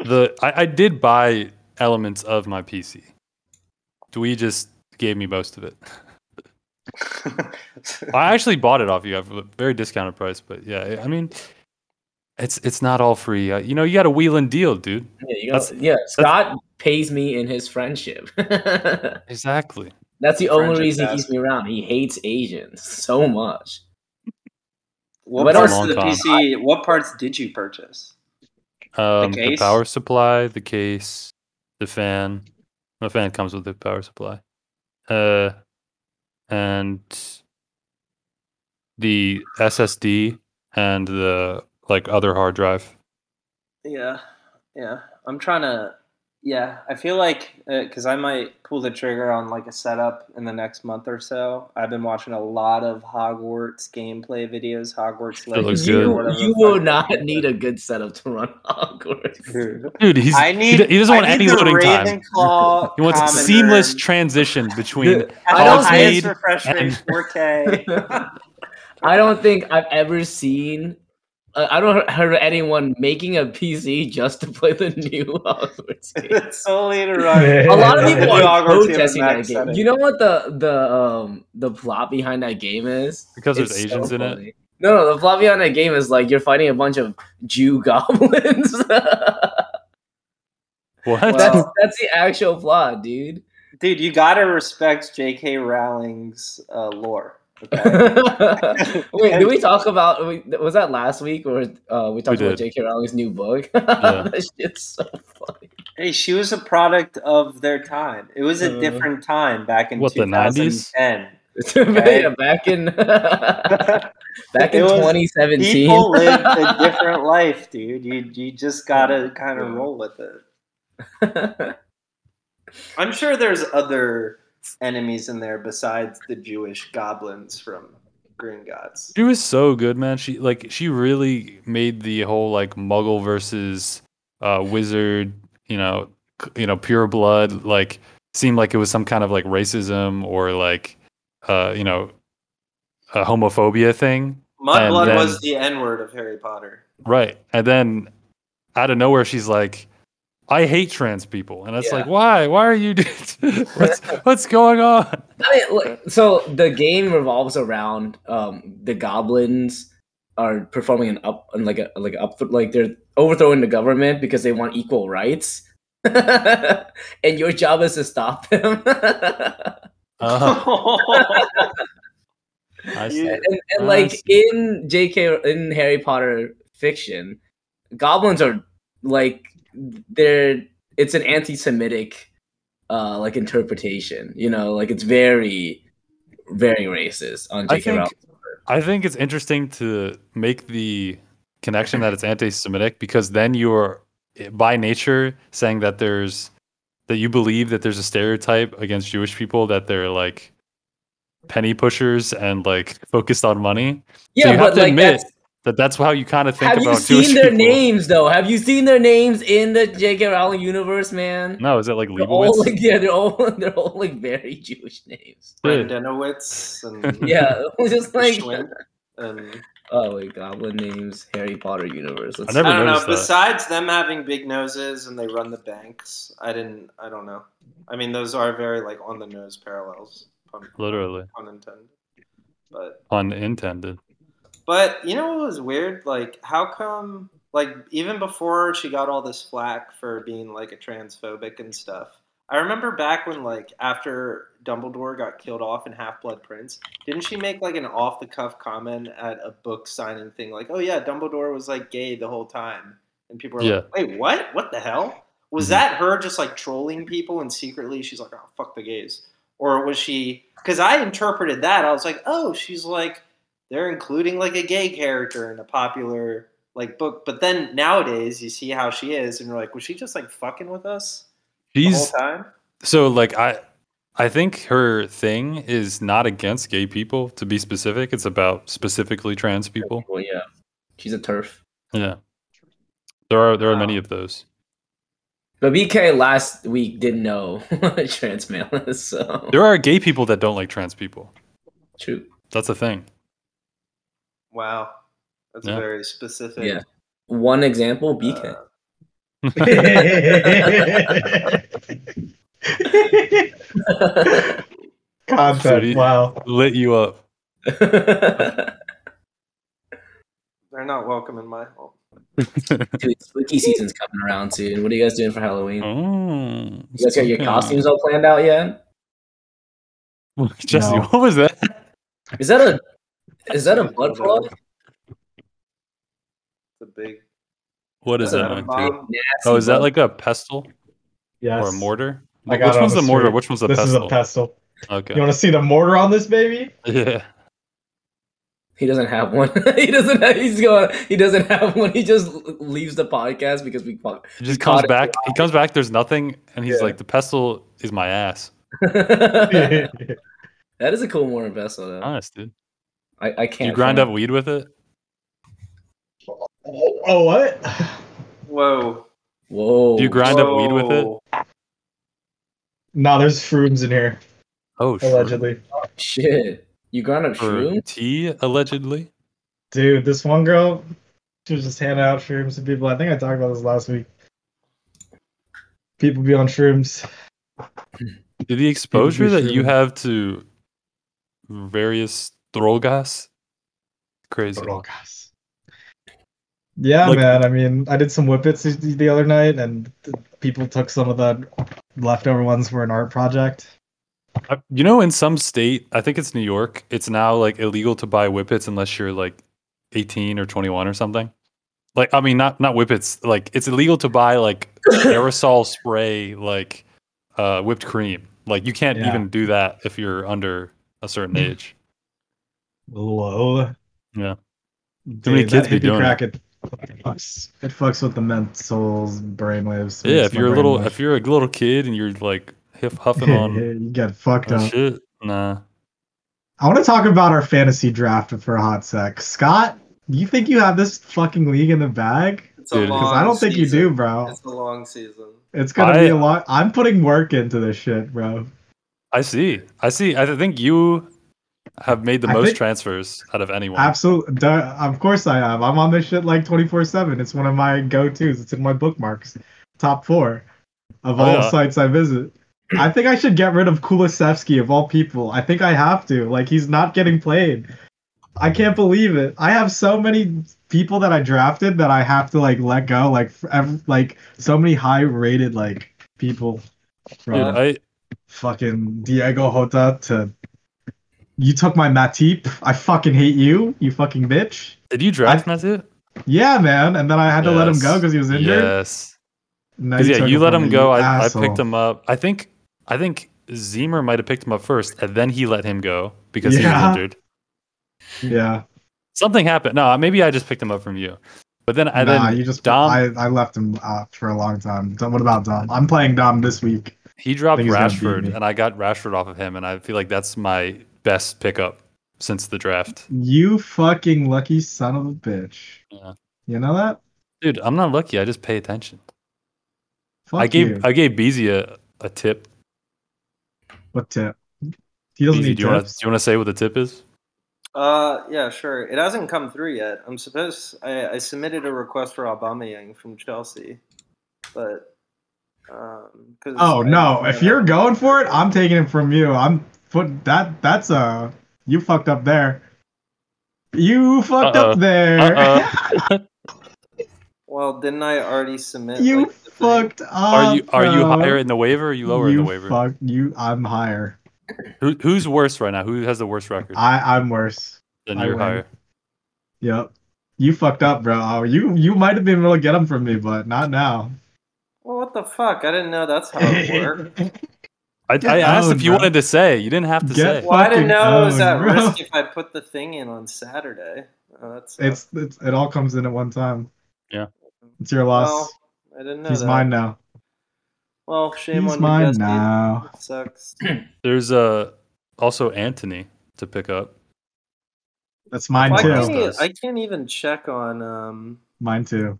D: the I, I did buy elements of my PC. Dwee just gave me most of it. I actually bought it off you at a very discounted price, but yeah, I mean, it's it's not all free. Uh, you know, you got a wheel and deal, dude.
C: Yeah, you
D: That's-
C: gotta- yeah, Scott pays me in his friendship. That's
D: Exactly.
C: the only
A: Friendship
C: reason he
A: task.
C: keeps me around. He hates Asians so much.
A: What
C: But
A: parts
D: also-
A: of the PC? What parts did you purchase?
D: Um, the,
A: case?
D: power supply, the case, the fan. The fan comes with the power supply, uh, and the SSD and the like other hard drive.
A: Yeah, yeah. I'm trying to. Yeah, I feel like because I might pull the trigger on like a setup in the next month or so. I've been watching a lot of Hogwarts gameplay videos. Hogwarts
D: looks
A: Legacy, or
D: good.
A: whatever the
C: You, you
A: fuck
C: will
A: it's
C: not
A: called.
C: need a good setup to run Hogwarts.
A: Dude,
D: Dude, he's
A: I need.
D: he, d- he doesn't want
A: I need
D: any
A: the
D: loading time.
A: Ravenclaw
D: He wants
A: Commoner
D: seamless transition between
C: Dude,
A: at
C: I
A: the
C: don't
A: highest refresh
D: Hogsmeade
A: rate,
D: and-
A: 4K.
C: I don't think I've ever seen. Uh, I don't he- heard anyone making a PC just to play the new Hogwarts game.
A: it's solely to run.
C: A lot of
A: Yeah.
C: people
A: The new
C: are
A: Hogwarts game is
C: protesting that
A: max
C: game.
A: setting.
C: You know what the the um the plot behind that game is?
D: because there's
C: It's so
D: Asians in it.
C: funny. No, no, the plot behind that game is like you're fighting a bunch of Jew goblins. that's,
D: What?
A: Well-
C: that's the actual plot, dude.
A: Dude, you gotta respect J.K. Rowling's uh, lore. Okay.
C: Wait, did we talk about we- was that last week or uh, we talked about
D: did.
C: J.K. Rowling's new book? that shit's so funny.
A: hey, she was a product of their time. It was a
C: Uh,
A: different time back in
D: Mm-hmm. what, the 90s?
A: 2010.
C: yeah, back in back in
A: It was-
C: 2017.
A: People lived a different life, dude. You you just gotta kind of roll with it. I'm sure there's other enemies in there besides the Jewish goblins from Green Gods.
D: She was so good, man. She like she really made the whole like Muggle versus uh, wizard, you know, c- you know, pure blood like seemed like it was some kind of like racism or like uh, you know, a homophobia thing,
A: Mudblood
D: And then-
A: was the N word of Harry Potter.
D: right? And then out of nowhere, she's like. I hate trans people, and it's
C: Yeah.
D: like, why? Why are you? doing- what's what's going on?
C: I mean, look, so the game revolves around um, the goblins are performing an up, and like a like a up, like they're overthrowing the government because they want equal rights, and your job is to stop them.
D: Uh, I see.
A: You-
C: and, and
D: Ah, I
C: like
D: see.
C: in JK in Harry Potter fiction, goblins are like they're it's an anti-Semitic uh like interpretation. You know, like it's very very racist on
D: I
C: JK
D: think-
C: Rowling.
D: I think it's interesting to make the connection that it's anti-Semitic because then you're by nature saying that there's that you believe that there's a stereotype against Jewish people that they're like penny pushers and like focused on money.
C: Yeah,
D: you have
C: but
D: to
C: like
D: admit,
C: that's-
D: That that's how you kind of think
C: have
D: about
C: you
D: Jewish
C: seen their
D: people.
C: names though? Have you seen their names in the JK Rowling universe, man?
D: No, is it like
C: They're all
D: Leibowitz?
C: like yeah, they're all they're all like very Jewish names.
A: Brad
D: Dude,
A: Denowitz and
C: Yeah, just like
A: Schwinn and-
C: oh wait, goblin names, Harry Potter universe. Let's
D: I never
A: I don't know.
D: noticed that.
A: Besides them having big noses and they run the banks, I didn't. I don't know. I mean, those are very like on the nose parallels. Pun,
D: Literally,
A: pun intended. But
D: unintended.
A: but you know what was weird? Like how come? Like even before she got all this flack for being like a transphobic and stuff. I remember back when like after Dumbledore got killed off in Half Blood Prince, didn't she make like an off the cuff comment at a book signing thing like, "Oh yeah, Dumbledore was like gay the whole time," and people were like, "Wait, what? What the hell?" Was
D: Mhm.
A: that her just like trolling people and secretly she's like, "Oh fuck the gays," or was she? Because I interpreted that I was like, "Oh, she's like they're including like a gay character in a popular like book," but then nowadays you see how she is and you're like, "Was she just like fucking with us?" the whole
D: She's
A: time.
D: so like I I think her thing is not against gay people to be specific. It's about specifically trans people.
C: Well, yeah, she's a turf.
D: Yeah. There are there are many
A: Wow.
D: of those.
C: But BK last week didn't know what trans male is, so
D: There are gay people that don't like trans people.
C: true.
D: That's a thing.
A: Wow, that's
D: Yeah.
A: a very specific.
C: Yeah. One example,
A: Uh,
C: BK.
E: Content.
D: Uh. City.
E: Wow.
D: Lit you up.
A: They're not welcome in my home.
D: Oh.
C: Dude, spooky season's coming around soon. What are you guys doing for Halloween?
D: Oh,
C: You guys got your
D: okay.
C: costumes all planned out yet?
D: Jesse,
E: No.
D: what was that?
C: Is that a is that a blood plug?
A: The big.
D: What is
A: Is that
D: that?
A: a
D: on, dude?
A: bomb?
D: Oh, is that like a pestle
E: Yes.
D: or a mortar?
E: I
D: Which
E: got it on
D: one's
E: the
D: the mortar?
E: screen.
D: Which one's the
E: This is
D: pestle?
E: a pestle. You
D: okay.
E: want to see the mortar on this baby?
D: Yeah.
C: He doesn't have one. he doesn't. Have, he's going. He doesn't have one. He just leaves the podcast because we fuck.
D: He just comes
C: caught it.
D: back. He comes back. There's nothing, and he's
E: Yeah.
D: like, "The pestle is my ass."
C: that
E: Dude,
C: is a cool mortar vessel though.
D: Honest, dude.
C: I, I
D: Do
C: can't.
D: you grind up
C: find-
D: weed with it?
E: Oh, oh, what?
A: Whoa.
C: Whoa.
D: Do you grind up weed with it?
A: Whoa.
E: No, there's shrooms in here,
D: Oh, sure.
E: allegedly.
C: Shit. You grind up
D: For
C: shrooms?
D: tea, allegedly.
E: Dude, this one girl, she was just handing out shrooms to people. I think I talked about this last week. People be on shrooms.
D: Dude, the exposure that you
E: shouldn't.
D: have to various drogas, crazy.
E: Drogas. Yeah,
D: Like-
E: man. I mean, I did some whippets the- the other night, and people took some of the leftover ones for an art project.
D: I- You know, in some state, I think it's New York, it's now like illegal to buy whippets unless you're like 18 or 21 or something. Like, I mean, not not whippets. Like, it's illegal to buy like aerosol spray, like uh, whipped cream. Like, you can't
E: Yeah. Hmm.
D: even do that if you're under a certain age.
E: Whoa.
D: Yeah. Too many
E: Dude,
D: kids
E: that
D: be
E: hippie
D: doing
E: crack, it. It fucks, it fucks with the mental brainwaves.
D: yeah, if you're a little, if you're a little kid and you're like huff- huffing on Oh,
E: you get fucked
D: that
E: up.
D: shit, nah.
E: I want to talk about our fantasy draft for a hot sec. Scott, you think you have this fucking league in the bag?
A: It's
D: Dude, 'cause
E: Because I don't think you
A: season.
E: do, bro.
A: It's a long season.
E: It's gonna be
D: I-
E: a lot. I'm putting work into this shit, bro.
D: I see. I see. I think you have made the
E: I
D: most
E: think-
D: transfers out of anyone.
E: Absolutely. Duh, of course I am. I'm on this shit like 24 7. It's one of my go tos. It's in my bookmarks. Top four of
D: Oh,
E: all
D: yeah.
E: sites I visit. I think I should get rid of Kulisevsky of all people. I think I have to. Like, he's not getting played. I can't believe it. I have so many people that I drafted that I have to like let go. Like, f- ev- like so many high rated like people.
D: Dude,
E: Bro
D: I
E: fucking Diego Jota to you took my Matip. I fucking hate you, you fucking bitch.
D: did you draft Matthew?
E: Yeah, man. And then I had to let him
D: Yes.
E: go because he was injured.
D: Yes.
E: And then
D: 'Cause, yeah,
E: took
D: you let
E: from
D: him
E: me,
D: go.
E: you
D: I, I
E: asshole.
D: picked him up. I think I think Zemer might have picked him up first, and then he let him go because he
E: Yeah.
D: was injured.
E: Yeah.
D: Something happened. No, maybe I just picked him up from you. But then
E: nah,
D: I then
E: you just
D: Dom
E: I, I left him out for a long time. Dom- What about Dom? I'm playing Dom this week.
D: he dropped
E: he's gonna beat me.
D: Rashford, and I got Rashford off of him, and I feel like that's my best pickup since the draft.
E: You fucking lucky son of a bitch.
D: Yeah.
E: You know that?
D: Dude, I'm not lucky. I just pay attention.
E: Fuck
D: I gave
E: you.
D: I gave Beezy a, a tip.
E: what tip? He doesn't
D: Beezy,
E: need
D: do you want to
E: tips.
D: do you want to say what the tip is?
A: Uh, yeah, sure. It hasn't come through yet. I'm supposed I, I submitted a request for Aubameyang from Chelsea, but um, 'cause
E: Oh
A: I-
E: no!
A: I-
E: If you're going for it, I'm taking it from you. I'm put that. That's uh you fucked up there. You fucked
D: Uh-oh.
E: up there.
D: Uh-uh.
A: well, didn't I already submit?
E: you
A: like, the thing?
E: fucked up.
D: Are you are you
E: bro.
D: higher in the waiver? Or are you lower in
E: You
D: the waiver?
E: Fuck you. I'm higher.
D: Who, who's worse right now? Who has the worst record?
E: I I'm worse.
D: then
E: I
D: you're
E: win.
D: higher.
E: Yep. You fucked up, bro. Oh, you you might have been able to get them from me, but not now.
A: Well, what the fuck? I didn't know that's how it worked.
D: I,
E: Get
D: I asked
E: owned,
D: if you
E: bro.
D: wanted to say. You didn't have to
E: Get
D: say.
A: well, I didn't
E: Fucking
A: know it was at
E: owned, bro.
A: risk if I put the thing in on Saturday. Oh, that's
E: it's, it's it all comes in at one time.
D: Yeah.
E: It's your
A: well,
E: loss.
A: I didn't know
E: He's
A: that.
E: mine now.
A: Well, shame
E: He's
A: on
E: mine
A: you, Dusty.
E: now.
A: It sucks.
D: There's uh, also Anthony to pick up.
E: That's mine
A: Well, I,
E: too.
A: can't even,
D: Does.
A: I can't even check on um.
E: Mine too.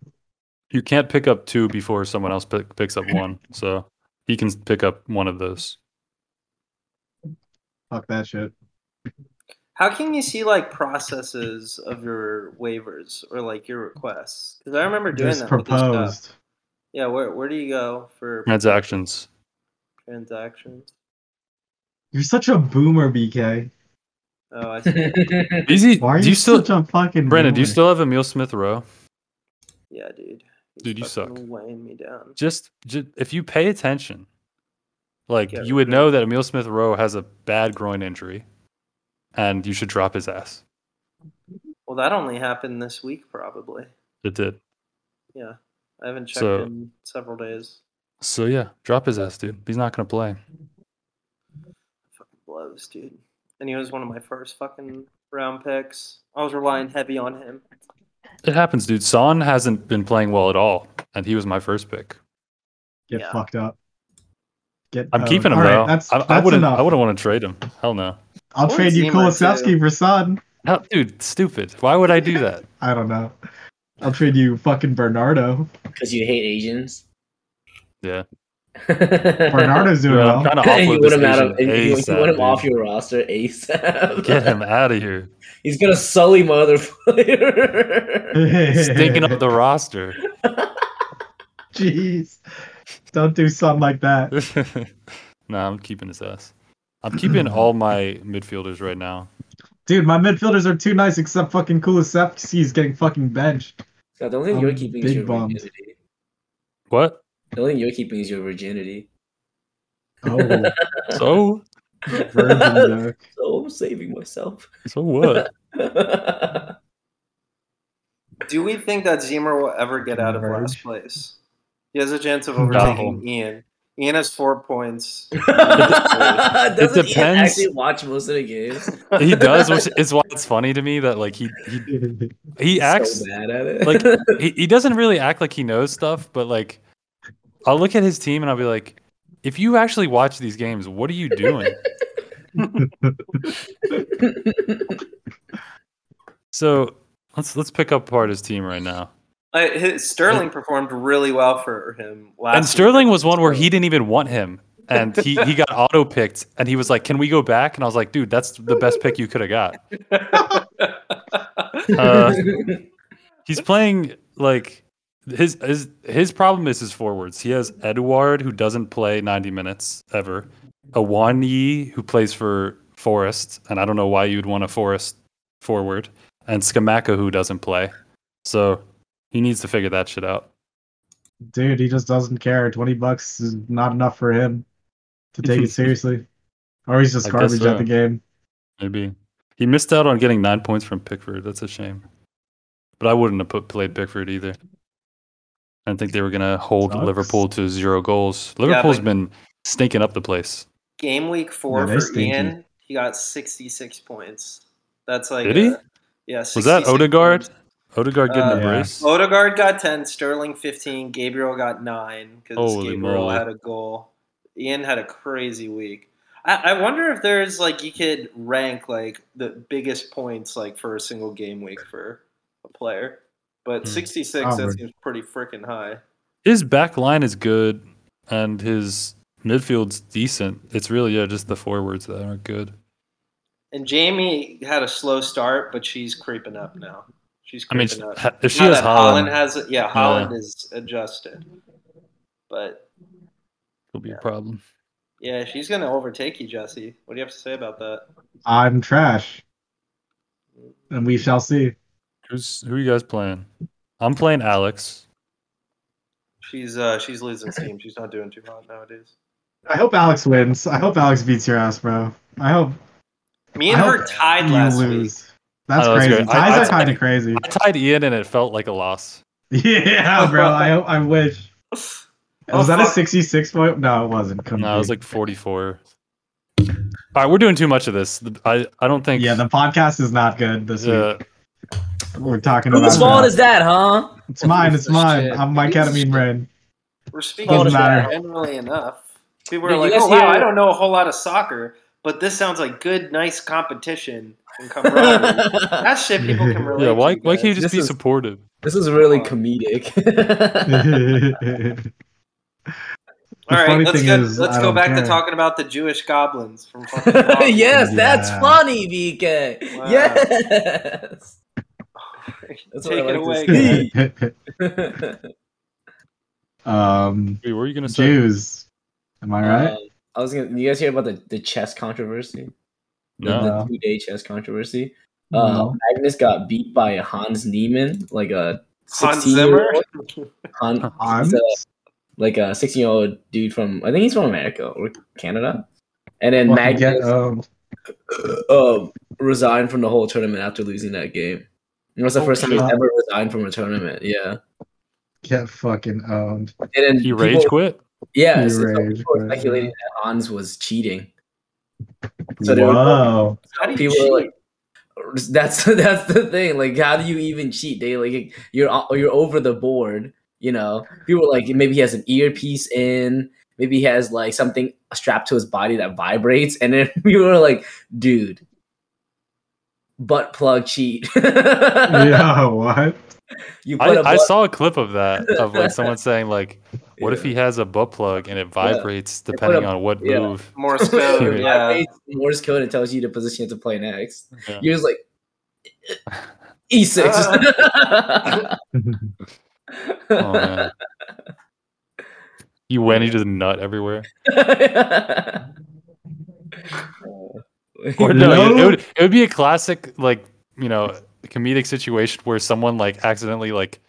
D: You can't pick up two before someone else pick, picks up one. So he can pick up one of those.
E: Fuck that shit.
A: How can you see like processes of your waivers or like your requests? Because I remember doing
E: Just
A: that. with this stuff.
E: proposed.
A: Yeah, where where do you go for
D: Transactions.
A: transactions?
E: You're such a boomer, BK.
A: Oh, I see.
D: Easy.
E: Why are
D: Do you still,
E: such a fucking
D: Brandon? Do you
E: boomer?
D: still have Emil Smith Rowe?
A: yeah, dude. He's
D: Dude, you
A: fucking
D: suck.
A: Weighing me down.
D: Just, just if you pay attention, like
A: Yeah,
D: you would know that Emil Smith Rowe has a bad groin injury, and you should drop his ass.
A: Well, that only happened this week, probably.
D: It did.
A: Yeah, I haven't checked
D: So-
A: in several days.
D: So yeah, drop his ass, dude. He's not gonna play.
A: Fucking blows, dude. And he was one of my first fucking round picks. I was relying heavy on him.
D: It happens, dude. Son hasn't been playing well at all, and he was my first pick.
E: get
A: Yeah.
E: fucked up? Get.
D: I'm
E: owned.
D: keeping him
E: Oh, All right,
D: though.
E: that's,
D: I,
E: that's
D: I wouldn't.
E: Enough.
D: I wouldn't want to trade him. Hell no.
E: I'll
A: Or
E: trade you
A: Zimmer,
E: Kulisevsky
A: too.
E: for Son.
D: Hell, dude, stupid. Why would I do that?
E: I don't know. I'll trade you fucking Bernardo.
C: Because you hate Asians.
D: Yeah.
C: Bernardo.
E: Bernardo's doing
D: Dude, I'm
E: well.
D: trying to
C: you
D: offload
C: want
D: this
C: him out of,
D: Asian
C: you, you want
D: ASAP,
C: him off
D: dude.
C: your roster ASAP.
D: Get him out of here.
C: He's gonna sully my other player.
D: Stinking up the roster.
E: Jeez. Don't do something like that.
D: nah, I'm keeping his ass. I'm keeping all my midfielders right now.
E: Dude, my midfielders are too nice except fucking Kulisevsky. He's getting fucking benched.
C: God, the only thing
E: Um,
C: you're keeping is
E: big
C: your
E: bombs.
C: virginity.
D: What?
A: Oh,
C: The only thing you're keeping is your virginity.
E: Oh.
D: So
E: Virgin joke.
C: so I'm saving myself.
D: So what?
A: Do we think that Zimmer will ever get out of
E: Converge.
A: last place? He has a chance of overtaking Ian. Ian has four points. It
C: Doesn't Ian
D: depends.
C: actually watch most of the games.
D: He does, which is why it's funny to me that like he he, he
C: He's
D: acts
C: so bad at it.
D: like he, he doesn't really act like he knows stuff, but like I'll look at his team and I'll be like, if you actually watch these games, what are you doing? so let's let's pick up part of his team right now.
A: Uh, his- Sterling performed really well for him last.
D: and Sterling was one where he didn't even want him. And he, he got auto picked and he was like, Can we go back? And I was like, dude, that's the best pick you could have got. Uh, he's playing like his his his problem is his forwards. He has Eduard who doesn't play 90 minutes ever. Awani who plays for Forest, and I don't know why you'd want a Forest forward, and Skamaka who doesn't play. So he needs to figure that shit out.
E: Dude, he just doesn't care. Twenty bucks is not enough for him to take it seriously. Or he's just
D: I guess
E: garbage
D: so.
E: at the game.
D: Maybe he missed out on getting nine points from Pickford. That's a shame. But I wouldn't have put played Pickford either. I didn't think they were gonna hold
E: Sucks.
D: Liverpool to zero goals. Liverpool's
A: but-
D: been stinking up the place.
A: game week four
E: Yeah, they
A: for
E: stinky.
A: Ian. He got sixty six points. That's like
D: Did he?
A: uh, yeah.
D: Was that
A: 66
D: Odegaard?
A: points.
D: Odegaard getting
A: Uh,
D: a
E: yeah.
D: brace.
A: Odegaard got ten. Sterling fifteen. Gabriel got nine because
D: Holy
A: Gabriel
D: moly.
A: had a goal. Ian had a crazy week. I, I wonder if there's like you could rank like the biggest points like for a single game week for a player, but
D: Hmm.
A: sixty six that
E: Probably.
A: seems pretty freaking high.
D: His back line is good, and his midfield's decent. It's really yeah, just the forwards that aren't good.
A: And Jamie had a slow start, but she's creeping up now. She's
D: I mean,
A: creeping up.
D: if she
A: Now
D: has
A: that Holland,
D: Holland,
A: has yeah, Holland is adjusted, but
D: it'll be a problem.
A: yeah, she's gonna overtake you, Jesse. What do you have to say about that?
E: I'm trash. And we shall see.
D: Who's who? Are you guys playing? I'm playing Alex.
A: She's uh she's losing steam. She's not doing too hot nowadays.
E: I hope Alex wins. I hope Alex beats your ass, bro. I hope
A: Me and
E: I
A: her
E: hope
A: tied
E: you
A: last week.
E: lose. That's
D: Oh, that's
E: crazy.
D: good. I-
E: Ties
D: I-
E: are kind of crazy.
D: I tied Ian, and it felt like a loss.
E: Yeah, bro. I hope- I wish.
A: Oh,
E: Was that a
A: fuck.
E: 66 point? No, it wasn't. Couldn't
D: No, it was
E: be.
D: like 44. All right, we're doing too much of this. I, I don't think.
E: yeah, the podcast is not good this
D: uh,
E: week. We're talking about
C: Whose fault
E: that.
C: is that, huh?
E: It's mine. It's mine.
A: Shit.
E: I'm my ketamine brain.
A: We're speaking
E: Doesn't
A: about
E: matter.
A: generally enough. People were
C: Did you
A: like,
C: guys
A: "Oh wow,
C: hear-
A: I don't know a whole lot of soccer, but this sounds like good, nice competition and camaraderie." that shit people can relate.
D: yeah, why,
A: to,
D: why can't you
A: guys.
D: just
C: This
D: be
C: is-
D: supportive?
C: this is really comedic.
E: the
A: All right,
E: funny
A: let's
E: thing
A: go.
E: is,
A: let's
E: I
A: go
E: don't
A: back to
E: care.
A: talking about the Jewish goblins from. fucking Boston.
C: yes, that's
E: Yeah.
C: funny, VK.
A: Wow.
C: Yes. That's
A: Take it away,
C: to see.
E: um,
D: Wait, what are you going to say?
E: Jews. Am I right?
C: Uh, I was gonna. You guys hear about the, the chess controversy? The-
D: No.
E: No.
C: The two day chess controversy. Uh,
E: No.
C: Magnus got beat by Hans Niemann, like a
A: Hans
C: 16
A: Zimmer.
C: year old. Han,
E: I'm
C: he's a- like a sixteen year old dude from I think he's from America or Canada. And then
E: fucking
C: Magnus
E: get, um, uh,
C: um, resigned from the whole tournament after losing that game. It was the
E: Oh,
C: first time he's
E: God.
C: ever resigned from a tournament. Yeah,
E: get fucking owned.
C: and then
D: He
C: people-
D: rage quit?
C: Yeah,
E: He
C: so people
E: rage
C: were
E: quit.
C: speculating that Hans was cheating. So they were-
E: Whoa.
A: How do you
C: people
A: cheat?
C: are like that's that's the thing like how do you even cheat they like you're o- you're over the board you know people are like maybe he has an earpiece in maybe he has like something strapped to his body that vibrates and then people are like dude butt plug cheat
E: yeah, what?
C: you put a
D: I, I
C: butt-
D: saw a clip of that, of like someone saying, like, what if
C: Yeah.
D: he has a butt plug and it vibrates
C: put
D: depending
C: a-
D: on what
C: yeah.
D: move?
A: Morse code.
D: Dude.
A: yeah.
C: vibrates in Morse code and tells you the position you have to play next
D: Yeah.
C: you're just like E e6
D: Oh, man. You went, he just nut everywhere. Or no,
E: No.
D: It, it would, it would be a classic, like, you know, comedic situation where someone, like, accidentally, like,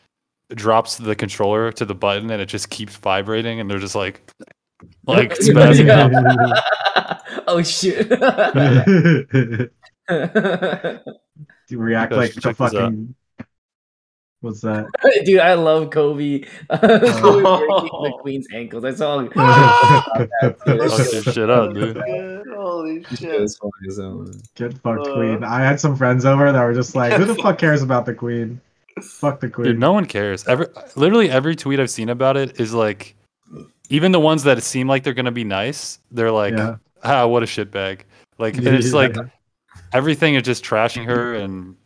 D: drops the controller to the button and it just keeps vibrating and they're just like, like, spazzing out.
C: Yeah. oh shit.
E: you react
D: Gosh,
E: like the
D: check this out.
E: fucking. What's that?
C: Dude, I love Kobe. Kobe breaking the queen's ankles. I saw.
E: Ah,
D: Fuck your shit up, dude.
A: Good. Holy
C: It
A: shit.
C: was funny as hell, man.
E: Get fucked,
A: Uh.
E: queen. I had some friends over that were just like, "Who the fuck cares about the queen? Fuck the queen."
D: Dude, no one cares. Every literally every tweet I've seen about it is like, even the ones that seem like they're gonna be nice, they're like,
E: Yeah.
D: ah, what a shitbag. Like and it's
E: Yeah.
D: like everything is just trashing her, and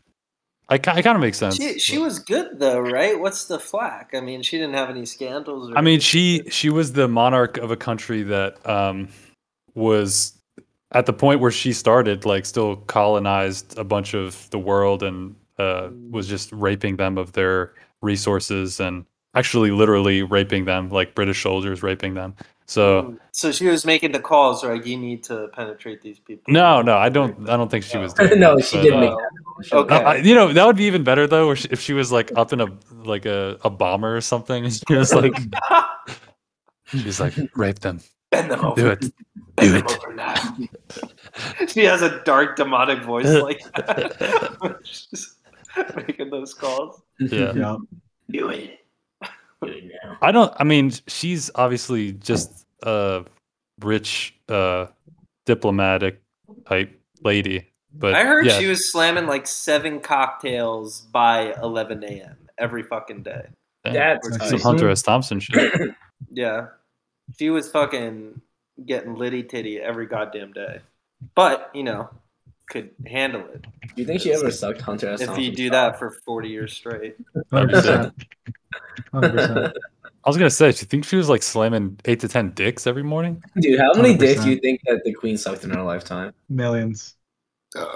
D: I ki- it kind of makes sense.
A: She, she was good though, right? What's the flack? I mean, she didn't have any scandals. Or
D: I mean, she she was the monarch of a country that um, was at the point where she started, like, still colonized a bunch of the world and uh, was just raping them of their resources and actually literally raping them, like British soldiers raping them. So
A: so she was making the calls, like you need to penetrate these people.
D: no, no, I don't, I don't think she was. Doing
C: Hmm. no,
D: that,
C: she
D: but,
C: did
D: uh,
C: make
A: uh,
C: that.
A: okay.
D: I- you know that would be even better though if she- if she was like up in a like a, a bomber or something. She was like she's like rape them,
A: Bend them over.
D: do it,
A: Bend
D: do
A: them
D: it.
A: over now. she has a dark demonic voice like that. She's making those calls.
D: Yeah.
E: Yeah.
A: Do it.
D: I don't. I mean, she's obviously just a rich uh, diplomatic type lady. But
A: I heard
D: yeah,
A: she was slamming like seven cocktails by 11 a.m. every fucking day.
D: damn,
C: That's
D: uh, some
E: nice.
D: Hunter S. Thompson shit.
A: Yeah. She was fucking getting litty titty every goddamn day. But, you know, could handle it
C: Do you think she ever sucked Hunter S.
A: if you
C: Thompson?
A: do that for 40 years straight.
E: hundred percent. Hundred percent.
D: I was gonna say, do you think she was like slamming eight to ten dicks every morning?
C: Dude, how many dicks
E: 100%.
C: do you think that the queen sucked in her lifetime?
E: Millions.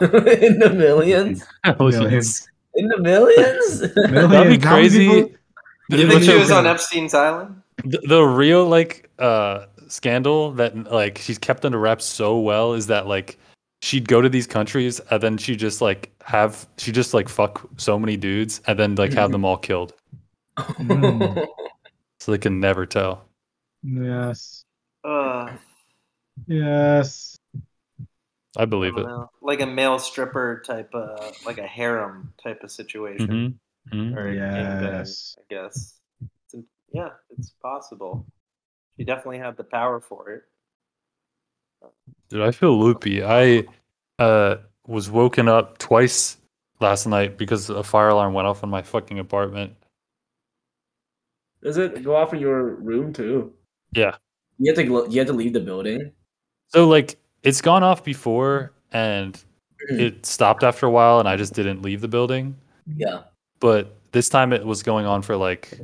C: in the millions?
E: Millions.
C: In the millions?
E: Millions.
D: That'd be
E: How many
D: crazy.
E: people-
A: You
D: Look
A: think she
D: at-
A: was on Epstein's Island?
D: the, the real like uh scandal that like she's kept under wraps so well is that like she'd go to these countries and then she just like have she just like fuck so many dudes and then like
A: Mm-hmm.
D: have them all killed
A: Hmm.
E: Mm.
D: so they can never tell
E: Yes.
A: Uh,
E: Yes.
D: i
A: I
D: believe
A: don't
D: it
A: know. Like a male stripper type of, like a harem type of situation.
D: Mhm. Mhm.
A: Or a gangbang,
E: Yes.
A: I guess. It's, yeah, it's possible. She definitely had the power for it.
D: Dude, I feel loopy. I uh, was woken up twice last night because a fire alarm went off in my fucking apartment.
C: Does it go off in your room too?
D: Yeah.
C: You have to gl- you have to leave the building.
D: So like it's gone off before and it stopped after a while and I just didn't leave the building.
C: Yeah.
D: But this time it was going on for like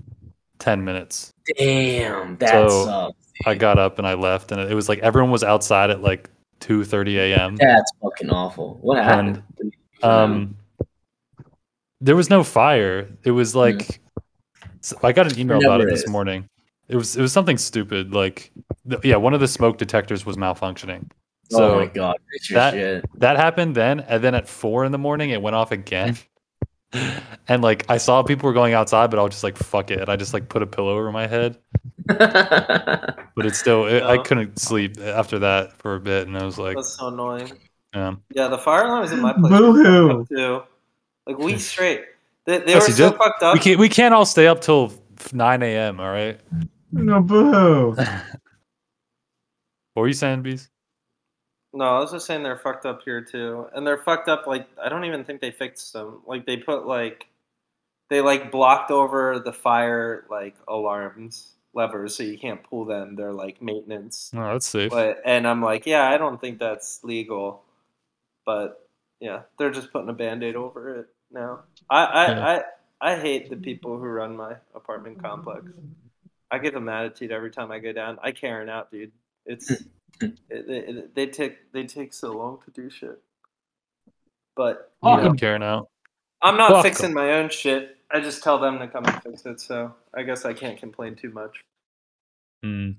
D: 10 minutes.
C: Damn, that
D: So-
C: sucks.
D: I got up and I left and it was like everyone was outside at like 2:30 a.m.
C: That's fucking awful. What happened?
D: Um, there was no fire. It was like so I got an email about
C: Never
D: it this
C: is.
D: morning. It was it was something stupid. Like, th- yeah, one of the smoke detectors was malfunctioning.
C: oh
D: So
C: my god, it's your
D: that-
C: shit.
D: that happened then, and then at four in the morning, it went off again. and like I saw people were going outside, but I was just like, "Fuck it!" And I just like put a pillow over my head. But it's still, it, I
A: Yeah.
D: couldn't sleep after that for a bit, and I was like,
A: That's so annoying.
D: um,
A: Yeah, the fire alarm was in my place.
E: Boo-hoo.
A: Too. Like we straight. They, they were
D: That's a
A: so
D: joke.
A: fucked up.
D: "We can't, we can't all stay up till 9 a.m. All right."
E: No boo.
D: What were you saying, bees?
A: No, I was just saying they're fucked up here too, and they're fucked up. Like I don't even think they fixed them. Like they put like they like blocked over the fire like alarms levers, so you can't pull them. They're like maintenance.
D: No, Oh, that's safe.
A: But and I'm like, yeah, I don't think that's legal. But yeah, they're just putting a band-aid over it now. I I,
D: Yeah.
A: I, I hate the people who run my apartment complex. I give them attitude every time I go down. I Karen out, dude. It's it, it, they take they take so long to do shit. But you
D: You
A: know,
D: don't care now.
A: I'm not
D: Fuck 'em.
A: fixing my own shit. I just tell them to come and fix it. So I guess I can't complain too much.
D: Hmm.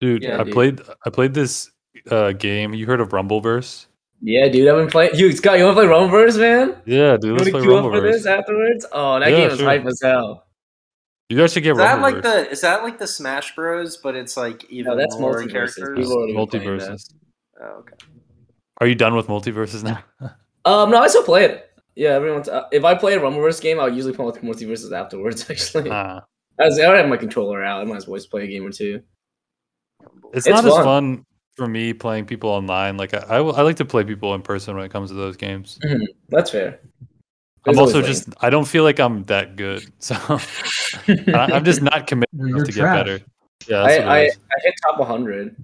D: Dude,
C: Yeah,
D: I
C: dude.
D: played I played this uh, game. You heard of Rumbleverse?
C: yeah, dude, I've been playing. You, Scott, you want to play Romeverse, man?
D: Yeah, dude,
C: You want
D: let's
C: to
D: play
C: queue up for this
D: Rumbleverse.
C: afterwards? Oh, that
D: Yeah,
C: game is
D: sure.
C: hype as hell.
D: You guys should get
A: Is that
D: Rumble
A: like the is that like the Smash Bros? But it's like even
C: No, that's
A: more
C: multiverses.
A: characters.
C: People already been playing that.
D: multiverses.
A: Oh, okay.
D: Are you done with multiverses now?
C: Um, no, I still play it. Yeah, everyone's. Uh, if I play a Rumbleverse game, I'll usually play with multiverses afterwards. Actually,
D: Ah.
C: I, was, I already have my controller out. I might as well just play a game or two.
D: it's,
C: It's
D: not
C: fun.
D: as fun for me playing people online. Like I, I, will- I like to play people in person when it comes to those games.
C: That's fair.
D: I'm
C: There's
D: also
C: always
D: just I don't feel like I'm that good, so
C: lane.
D: I, I'm just not committed
E: You're
D: enough to
E: trash.
D: get better. Yeah,
C: I,
D: that's what
C: I, I
D: it is.
C: hit top 100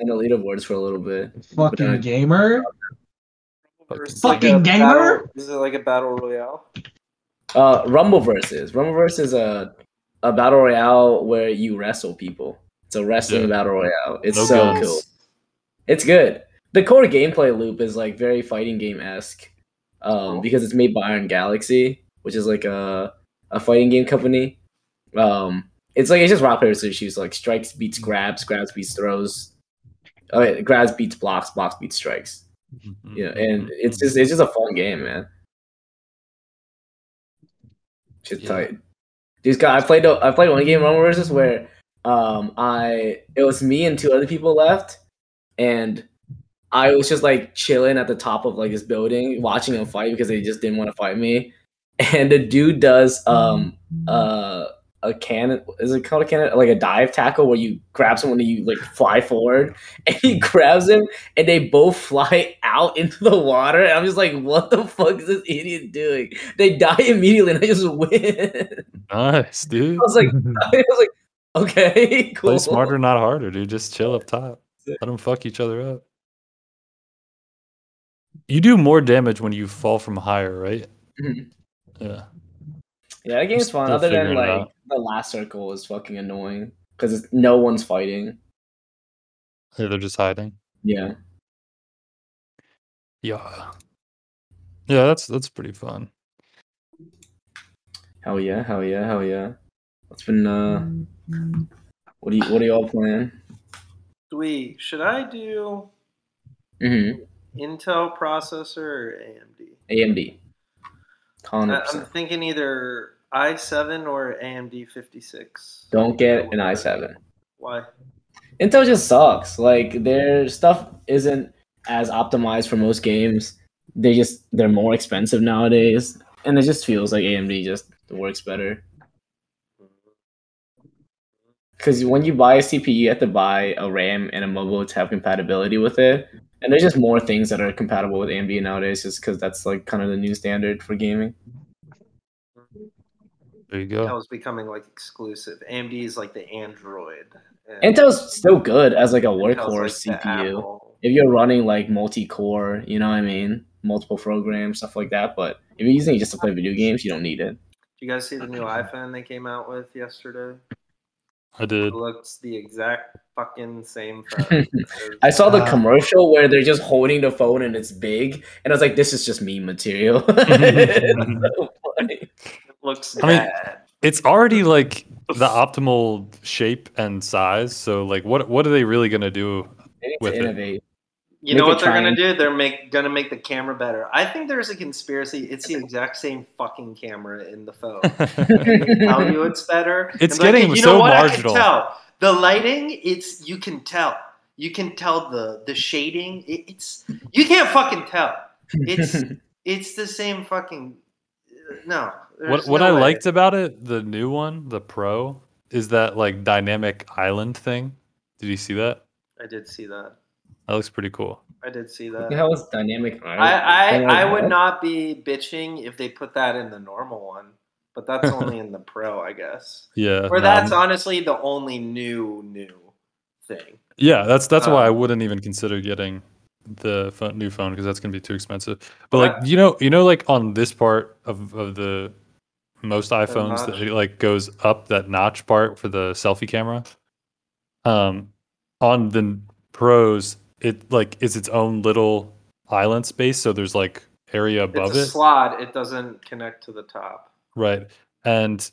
C: in the leaderboards for a little bit.
E: Fucking
C: But I-
E: gamer.
A: Or is it
E: Fucking
A: a
E: gamer?
A: battle- is it like a battle royale?
C: Uh, Rumble versus Rumble versus a a battle royale where you wrestle people. It's a wrestling
D: Yeah.
C: battle royale. It's
D: No
C: so
D: guns.
C: cool. It's good. The core gameplay loop is like very fighting game esque, um, because it's made by Iron Galaxy, which is like a a fighting game company. Um, it's like it's just rock paper scissors shoot, so, like strikes beats grabs, grabs beats throws, uh, grabs beats blocks, blocks beats strikes.
D: Mm-hmm.
C: Yeah, and it's just it's just a fun game, man. Just
D: Yeah.
C: tight. Dude, I played I played one game Rumble versus where um I it was me and two other people left, and I was just like chilling at the top of like this building watching them fight because they just didn't want to fight me, and the dude does um uh. A cannon is it called a cannon? Like a dive tackle where you grab someone and you like fly forward, and he grabs him, and they both fly out into the water. And I'm just like, what the fuck is this idiot doing? They die immediately, and I just win.
D: nice, dude.
C: I was like, I was like, okay, cool.
D: Play smarter, not harder, dude. Just chill up top. Let them fuck each other up. You do more damage when you fall from higher, right?
C: Mhm.
D: Yeah.
C: Yeah, that game's fun.
D: Still
C: Other than
D: figuring it
C: like
D: out.
C: the last circle is fucking annoying because no one's fighting.
D: yeah. They're just hiding.
C: Yeah,
D: Yeah. Yeah, that's that's pretty fun.
C: hell yeah, hell yeah, hell yeah. What's been uh? What do you What are y'all playing?
A: Dwee, should I do
C: hmm
A: Intel processor or AMD?
C: AMD.
A: I-
C: Hundred
A: Uh, I'm
C: percent.
A: thinking either i7 or AMD 56.
C: Don't get an i7.
A: Why?
C: Intel just sucks. Like their stuff isn't as optimized for most games. They just they're more expensive nowadays, and it just feels like AMD just works better. Because when you buy a CPU, you have to buy a RAM and a mobile to have compatibility with it, and there's just more things that are compatible with AMD nowadays, just because that's like kind of the new standard for gaming.
D: There you
A: That
D: go.
A: was becoming like exclusive. AMD is like the Android. and
C: Intel's still good as like a
A: Intel's
C: workhorse
A: like the
C: CPU.
A: Apple.
C: if you're running like multi-core, you know what I mean, multiple programs, stuff like that. But if you're using it just to play video games, you don't need it.
A: Do you guys see the new iPhone they came out with yesterday?
D: I did.
A: It looks the exact fucking same phone.
C: I saw the
E: Ah.
C: commercial where they're just holding the phone and it's big, and I was like, "This is just meme material." It's so funny.
A: It looks
D: I mean-
A: bad.
D: It's already like the optimal shape and size. So like what what are they really gonna do?
C: They need
D: With
C: to
D: it.
C: innovate.
A: You
C: Make
A: know
C: it
A: what they're gonna
C: triangle.
A: do? They're make gonna make the camera better. I think there's a conspiracy. It's the exact same fucking camera in the phone. tell you it's better. and
D: It's
A: be like,
D: getting
A: "Hey, you
D: so
A: know what?
D: marginal."
A: I can tell the lighting. It's you can tell. You can tell the the shading. It, it's you can't fucking tell. It's it's the same fucking uh, no.
D: what
A: there's
D: what
A: no
D: I
A: way.
D: liked about it, the new one, the pro, is that like dynamic island thing. Did you see that?
A: I did see that.
D: That looks pretty cool.
A: I did see
C: What
A: that.
C: the hell is dynamic?
A: I,
C: Dynamic
A: I, I would
C: what?
A: not be bitching if they put that in the normal one, but that's only in the pro, I guess.
D: Yeah. Um,
A: Or
D: nah,
A: that's
D: I'm-
A: honestly the only new new thing.
D: yeah, that's that's why I
A: Um,
D: wouldn't even consider getting the phone, new phone because that's gonna be too expensive. But
A: Well,
D: like you know you know like on this part of, of the most iPhones that
A: notch.
D: it like goes up that notch part for the selfie camera. Um on the pros, it like is its own little island space, so there's like area above
A: it's a
D: it.
A: slot. It doesn't connect to the top.
D: Right. And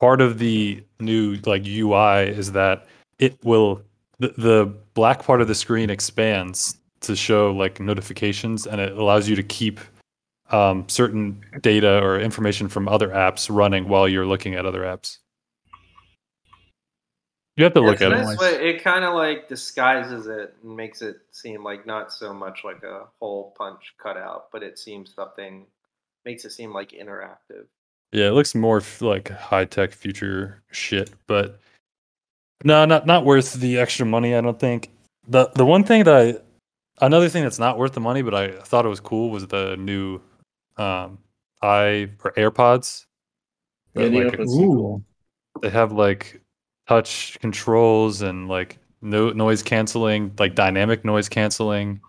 D: part of the new like UI is that it will the, the black part of the screen expands to show like notifications and it allows you to keep um, certain data or information from other apps running while you're looking at other apps. You have to look
E: Yeah,
D: at
E: so
D: it.
E: that's-
A: That's what it kind of like disguises it and makes it seem like not so much like a hole punch cutout, but it seems something makes it seem like interactive.
D: Yeah, it looks more f- like high tech future shit, but no, not not worth the extra money. I don't think. the The one thing that I, another thing that's not worth the money, but I thought it was cool was the new, um, i or AirPods.
C: Yeah,
D: But,
C: the
D: like,
C: AirPods.
E: Ooh.
D: They have like touch controls and like no noise canceling, like dynamic noise canceling,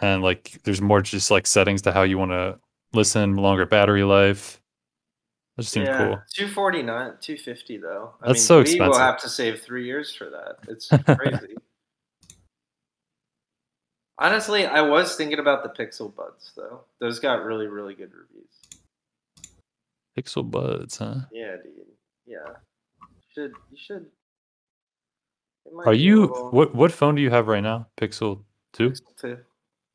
D: and like there's more just like settings to how you want to listen, longer battery life. That just seemed cool.
A: 249, 250 though.
D: That's so
A: We will
D: expensive.
A: have to save three years for that. It's crazy. Honestly, I was thinking about the Pixel Buds though. Those got really, really good reviews.
D: Pixel buds, huh?
A: Yeah, dude. Yeah. Should you should. it might
D: Are
A: be a
D: you
A: little-
D: what what phone do you have right now? Pixel two?
A: Pixel two.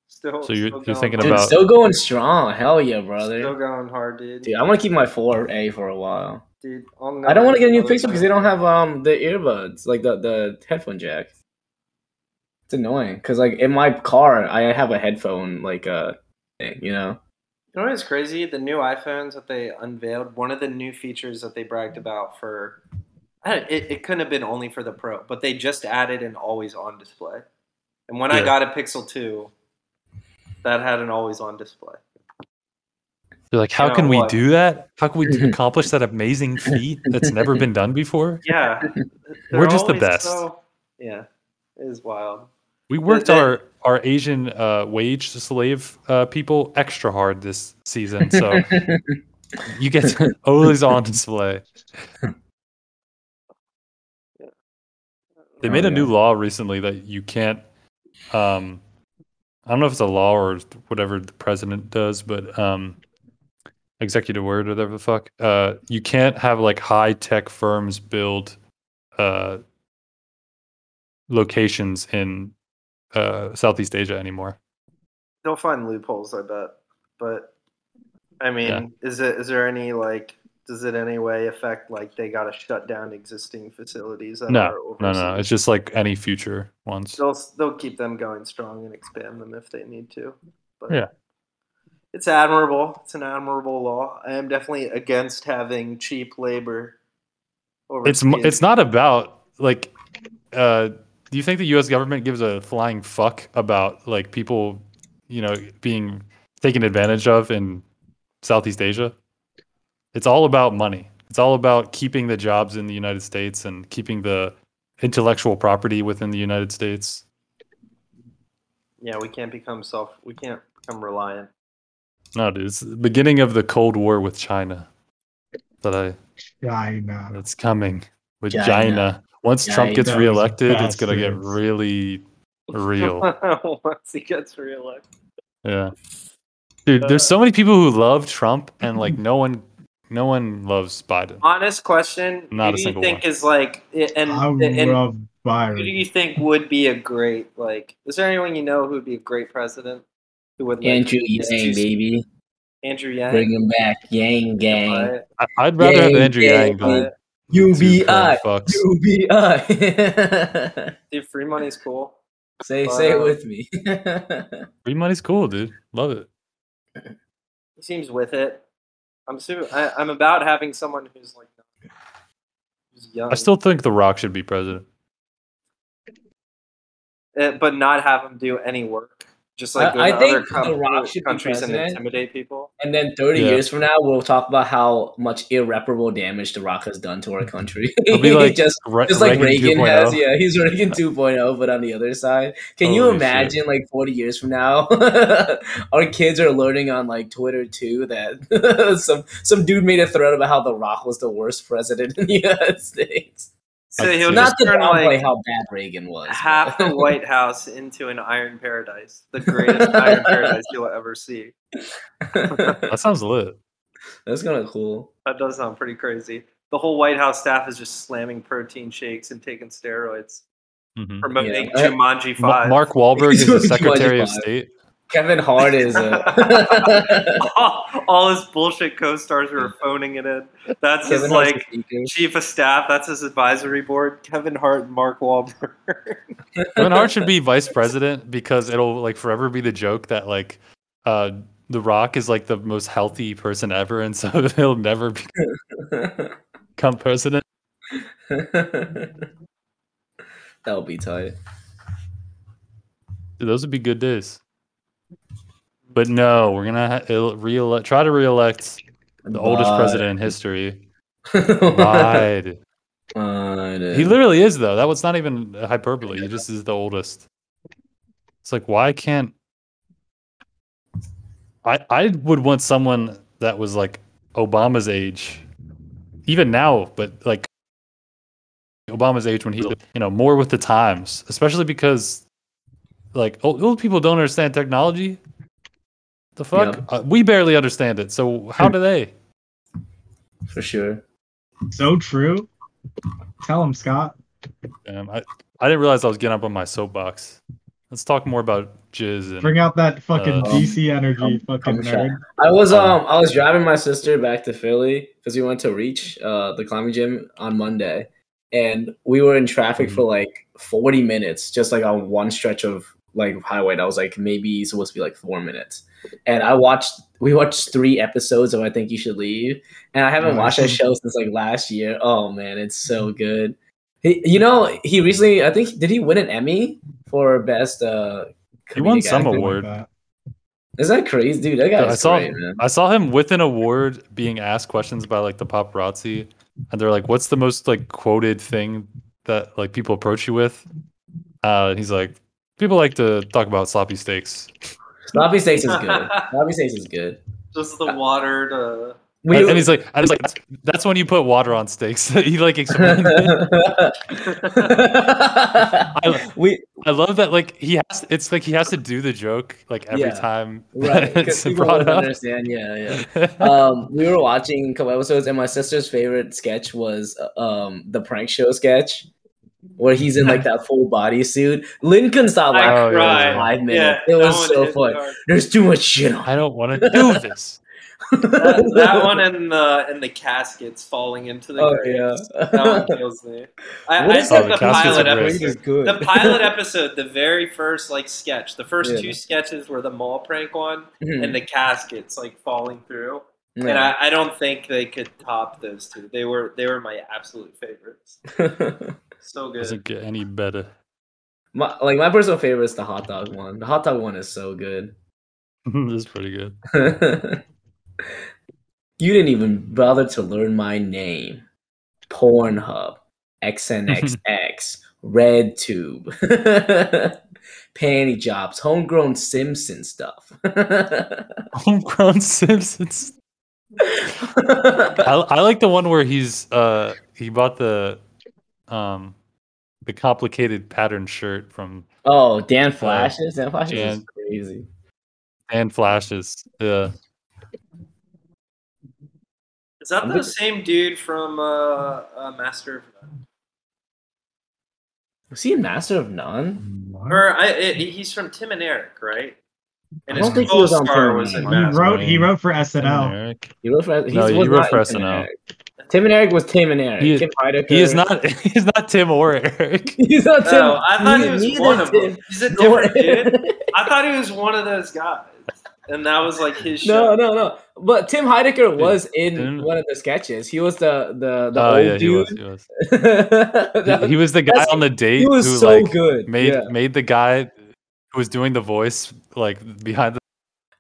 A: Still.
D: So
A: still
D: you're- you're
A: going
D: thinking
C: Dude,
A: hard.
D: about-
C: still going strong. Hell yeah,
A: Still
C: brother.
A: going hard, dude.
C: Dude, I want to keep my 4A for a while.
A: Dude, I'll
C: I
A: never
C: don't want to get a new
A: another
C: Pixel because they don't have um the earbuds, like the the headphone jack. It's annoying because like in my car, I have a headphone like uh thing, you know.
A: You know what's crazy? The new iPhones that they unveiled, one of the new features that they bragged about for, I don't- it, it couldn't have been only for the Pro, but they just added an always on display. And when I
D: Yeah.
A: got a Pixel 2, that had an always on display.
D: You're like, how
A: Yeah,
D: can we
A: what?
D: do that? How can we d- accomplish that amazing feat that's never been done before?
A: Yeah. they're
D: We're just the
A: always
D: best.
A: so- yeah. It is wild.
D: We worked
A: that-
D: our our Asian uh, wage slave uh, people extra hard this season, so you get always on display. They
C: Oh,
D: made a
C: yeah.
D: new law recently that you can't. Um, I don't know if it's a law or whatever the president does, but um, executive word or whatever the fuck. Uh, you can't have like high tech firms build uh, locations in uh, Southeast Asia anymore.
A: They'll find loopholes, I bet. But, I mean,
D: Yeah.
A: is it is there any, like, does it any way affect, like, they got to shut down existing facilities? That are
D: No, no,
A: overseas?
D: it's just like any future ones.
A: they'll they'll keep them going strong and expand them if they need to. But
D: Yeah.
A: it's admirable. It's an admirable law. I am definitely against having cheap labor. Over
D: It's mo- it's not about like. Uh, do you think the U.S. government gives a flying fuck about like people, you know, being taken advantage of in Southeast Asia? It's all about money. It's all about keeping the jobs in the United States and keeping the intellectual property within the United States.
A: Yeah, we can't become self. We can't become reliant.
D: No, dude, it's the beginning of the Cold War with China. That I
E: China.
D: That's coming with China.
C: China.
D: Once Trump gets
E: China.
D: reelected, it's gonna get
E: Bastards.
D: really real.
A: Once he gets reelected,
D: yeah, dude. There's so many people who love Trump, and like no one, no one loves Biden.
A: honest question:
D: Not
A: who
D: a
A: do
D: single
A: you think
D: one.
A: is like i- and
E: I
A: and
E: love
A: who do
E: Byron.
A: you think would be a great like? Is there anyone you know who would be a great president? Who would like,
C: Andrew
A: it's
C: Yang,
A: too-
C: baby,
A: Andrew Yang.
C: bring him back, Yang Gang,
A: Right?
D: I, I'd rather have
C: Yay,
D: Andrew
C: yay,
D: Yang
A: Right?
D: than
C: UBI,
D: two current fucks.
C: UBI.
A: Dude, free money's cool.
C: say say it
A: Wow.
C: with me.
D: Free money's cool, dude. Love it.
A: He seems with it. I'm super. I, I'm about having someone who's like who's young,
D: I still think The Rock should be president.
A: uh, but not have him do any work. Just like
C: I-
A: go
C: I
A: to
C: think
A: other com-
C: The Rock should be
A: countries and
C: president.
A: intimidate people.
C: and then 30
D: Yeah.
C: years from now, we'll talk about how much irreparable damage The Rock has done to our country.
D: He'll be like
C: just
D: Re-
C: Just like Reagan,
D: 2.0.
C: has, yeah, he's Reagan 2.0, but on the other side. Can you
D: Holy
C: imagine, like, 40 years from now, our kids are learning on, like, Twitter, too, that some some dude made a thread about how The Rock was the worst president in the United States.
A: So
D: I'd
A: he'll
D: see
A: just
C: Not to
A: turn
C: downplay
A: like
C: how bad Reagan was.
A: half the
C: but-
A: White House into an iron paradise, the greatest iron paradise you'll ever see.
D: That sounds lit.
C: That's kind of cool.
A: That does sound pretty crazy. The whole White House staff is just slamming protein shakes and taking steroids,
D: Mhm.
A: promoting
C: Yeah.
A: Jumanji
D: Ma-
A: Five.
D: Mark Wahlberg
C: He's
D: is the
C: doing
D: Secretary of
C: Jumanji five.
D: State.
C: Kevin Hart is a
A: all, all his bullshit co-stars who are phoning it in. That's his
C: Kevin Hart's
A: like
C: a sneaker.
A: chief of staff. That's his advisory board. Kevin Hart and Mark Wahlberg.
D: Kevin Hart should be vice president because it'll like forever be the joke that like uh The Rock is like the most healthy person ever, and so he'll never become president.
C: that would be tight.
D: Dude, those would be good days. But no, we're gonna ha- el- re-elect, try to re-elect the oldest
C: But-
D: president in history. Lied.
C: But
D: he literally is though. That was not even hyperbole. He just is the oldest. It's like why can't I? I would want someone that was like Obama's age, even now, but like Obama's age when he, you know, more with the times, especially because like old, old people don't understand technology. The fuck,
C: Yep.
D: uh, we barely understand it. So how do they?
C: for sure.
E: So true. Tell him, Scott.
D: Um, I, I didn't realize I was getting up on my soapbox. Let's talk more about jizz and
E: Bring out that fucking
D: Uh,
E: DC energy,
C: I'm-
E: fucking
C: I'm shy.
E: nerd.
C: I was um I was driving my sister back to Philly because we went to Reach, uh, the climbing gym on Monday, and we were in traffic for
D: Mm-hmm.
C: like forty minutes, just like on one stretch of like highway that was like maybe supposed to be like four minutes. And I watched we watched three episodes of I Think You Should Leave, and I haven't watched that show since like last year. Oh man, it's so
D: Mm-hmm.
C: good. He, you know, he recently I think did he win an Emmy for best? uh
D: He won
C: comedic
D: some
C: actor?
E: Something
D: award.
E: Like that.
C: Is that crazy, dude? That guy
D: I
C: is
D: saw-
C: great, man.
D: I saw him with an award being asked questions by like the paparazzi, and they're like, "What's the most like quoted thing that like people approach you with?" Uh, and he's like, "People like to talk about sloppy steaks."
C: Sloppy steaks is good. Sloppy steaks is good.
A: Just the watered. Uh,
C: We,
D: and he's like, "I was like, that's, that's when you put water on steaks." he like explained. it.
C: we
D: I love that. Like he has, it's like he has to do the joke like every
C: Yeah.
D: time
C: right
D: that
C: 'cause
D: it's
C: people
D: brought
C: wouldn't
D: up.
C: understand. Yeah, yeah. Um, we were watching a couple episodes, and my sister's favorite sketch was uh, um the prank show sketch, where he's in like that full body suit. Lynn couldn't stop
A: I
D: Oh,
C: laughing.
D: yeah,
A: cried.
D: yeah.
C: Five
A: Yeah,
C: minutes. it
A: that
C: was
A: one
C: so
A: hit
C: fun.
A: hard.
C: There's too much shit on.
D: I don't want to do this.
A: That, that one and the and the caskets falling into the
C: Oh
A: grave.
C: yeah.
A: That one kills me. I,
C: What
A: I
C: is
A: said the
D: that- Oh, the caskets are
A: pilot
D: great.
A: episode.
C: is good.
A: the pilot episode, the very first like sketch, the first
C: Yeah.
A: two sketches were the mall prank one
C: Mhm.
A: and the caskets like falling through. And
C: Yeah.
A: I, I don't think they could top those two. They were they were my absolute favorites. So good.
D: Doesn't get any better.
C: my, like my personal favorite is the hot dog one. The hot dog one is so good.
D: this is pretty good.
C: you didn't even bother to learn my name. Pornhub, XNXX, RedTube, Panty Jobs, Homegrown Simpson stuff.
D: Homegrown Simpsons. I, I like the one where he's uh he bought the um the complicated pattern shirt from
C: oh, Dan Flashes. Dan Flashes is
D: Dan-
C: crazy.
D: and flashes. Uh, Yeah.
A: Is that
C: I'm
A: the
C: good.
A: same dude from uh, uh, Master of None?
C: Was he in Master of None?
A: Or I, it, he's from Tim and Eric, right? And
C: I
A: his
C: don't think he was on
A: co-star
C: Tim
A: was
C: and
A: in
C: Eric.
E: He
A: Master.
E: wrote. He wrote for SNL.
D: Eric.
C: He wrote for, he
D: No,
C: was
D: he wrote
C: not
D: for
C: in Tim and
D: SNL.
C: Eric. Tim and Eric was Tim and Eric.
D: He is-
C: Tim Heidecker.
D: He is not he's not Tim or Eric.
C: He's not Tim.
A: Oh, I thought he was
C: neither
A: one of
C: Tim
A: them. He's a
C: nor
A: different dude. I thought he was one of those guys, and that was like his show.
C: No, no, no. But Tim Heidecker was in
D: Tim-
C: one of the sketches. He was the the the
D: Oh
C: old
D: yeah, he was,
C: dude.
D: he was.
C: That-
D: He, he was the guy
C: that's-
D: on the date
C: he was
D: who
C: so
D: like
C: good.
D: made
C: yeah.
D: made the guy who was doing the voice like behind the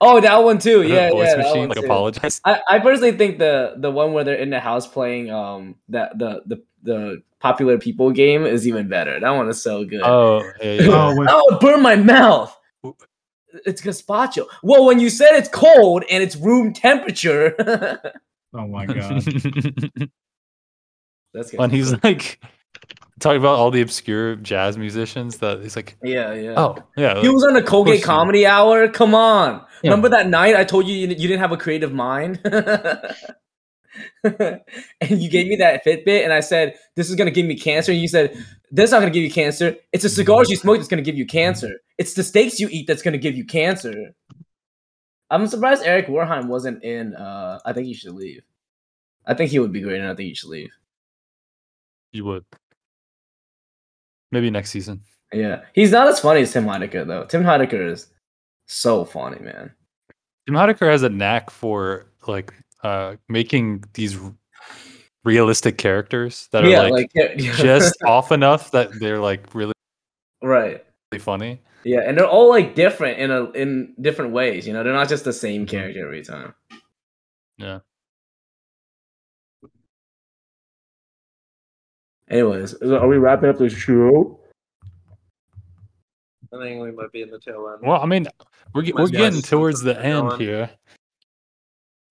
C: Oh, that one too. Yeah,
D: voice
C: yeah. that
D: machine
C: one
D: like
C: too.
D: apologized.
C: I, I personally think the the one where they're in the house playing um that the the the popular people game is even better. That one is so good.
D: Oh, yeah, yeah, yeah.
E: Oh, with,
C: oh, it burned my mouth.
D: Wh-
C: It's gazpacho. Well, when you said it's cold and it's room temperature,
E: oh my god.
C: that's good.
D: when he's like talking about all the obscure jazz musicians that he's like,
C: Yeah, yeah.
D: oh yeah,
C: He
D: like,
C: was on the Colgate
D: course he
C: Comedy Hour. Come on.
E: Yeah.
C: Remember that night I told you you you didn't have a creative mind? and you gave me that Fitbit, and I said, This is going to give me cancer. And you said, That's not going to give you cancer. It's the cigars you smoke that's going to give you cancer. It's the steaks you eat that's going to give you cancer. I'm surprised Eric Warheim wasn't in. Uh, I think you should leave. I think he would be great, and I think you should leave.
D: You would. Maybe next season.
C: Yeah, he's not as funny as Tim Heidecker though. Tim Heidecker is so funny, man.
D: Tim Heidecker has a knack for like uh making these r- realistic characters that are
C: yeah,
D: like,
C: yeah, yeah.
D: just off enough that they're like really
C: right.
D: funny.
C: Yeah, and they're all like different in a in different ways. You know, they're not just the same character every time.
D: Mm-hmm. Yeah.
C: Anyways, is- are we wrapping up the show?
A: I think we might be in the tail end.
D: Well, I mean, we're ge-
A: Might
D: we're
A: be
D: getting
A: us.
D: towards the
A: Going.
D: end here.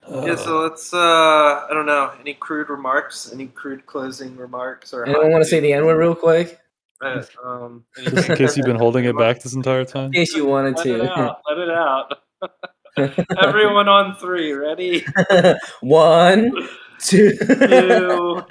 A: yeah, so let's. Uh, I don't know. Any crude remarks? Any crude closing remarks? Or
C: Anyone want to say the N word real quick?
A: Uh, um,
D: Just in case you've been holding it back this entire time.
C: In case you wanted
A: Let it
C: to.
A: out. Let it out. Everyone on three. Ready?
C: One, two.
A: Two,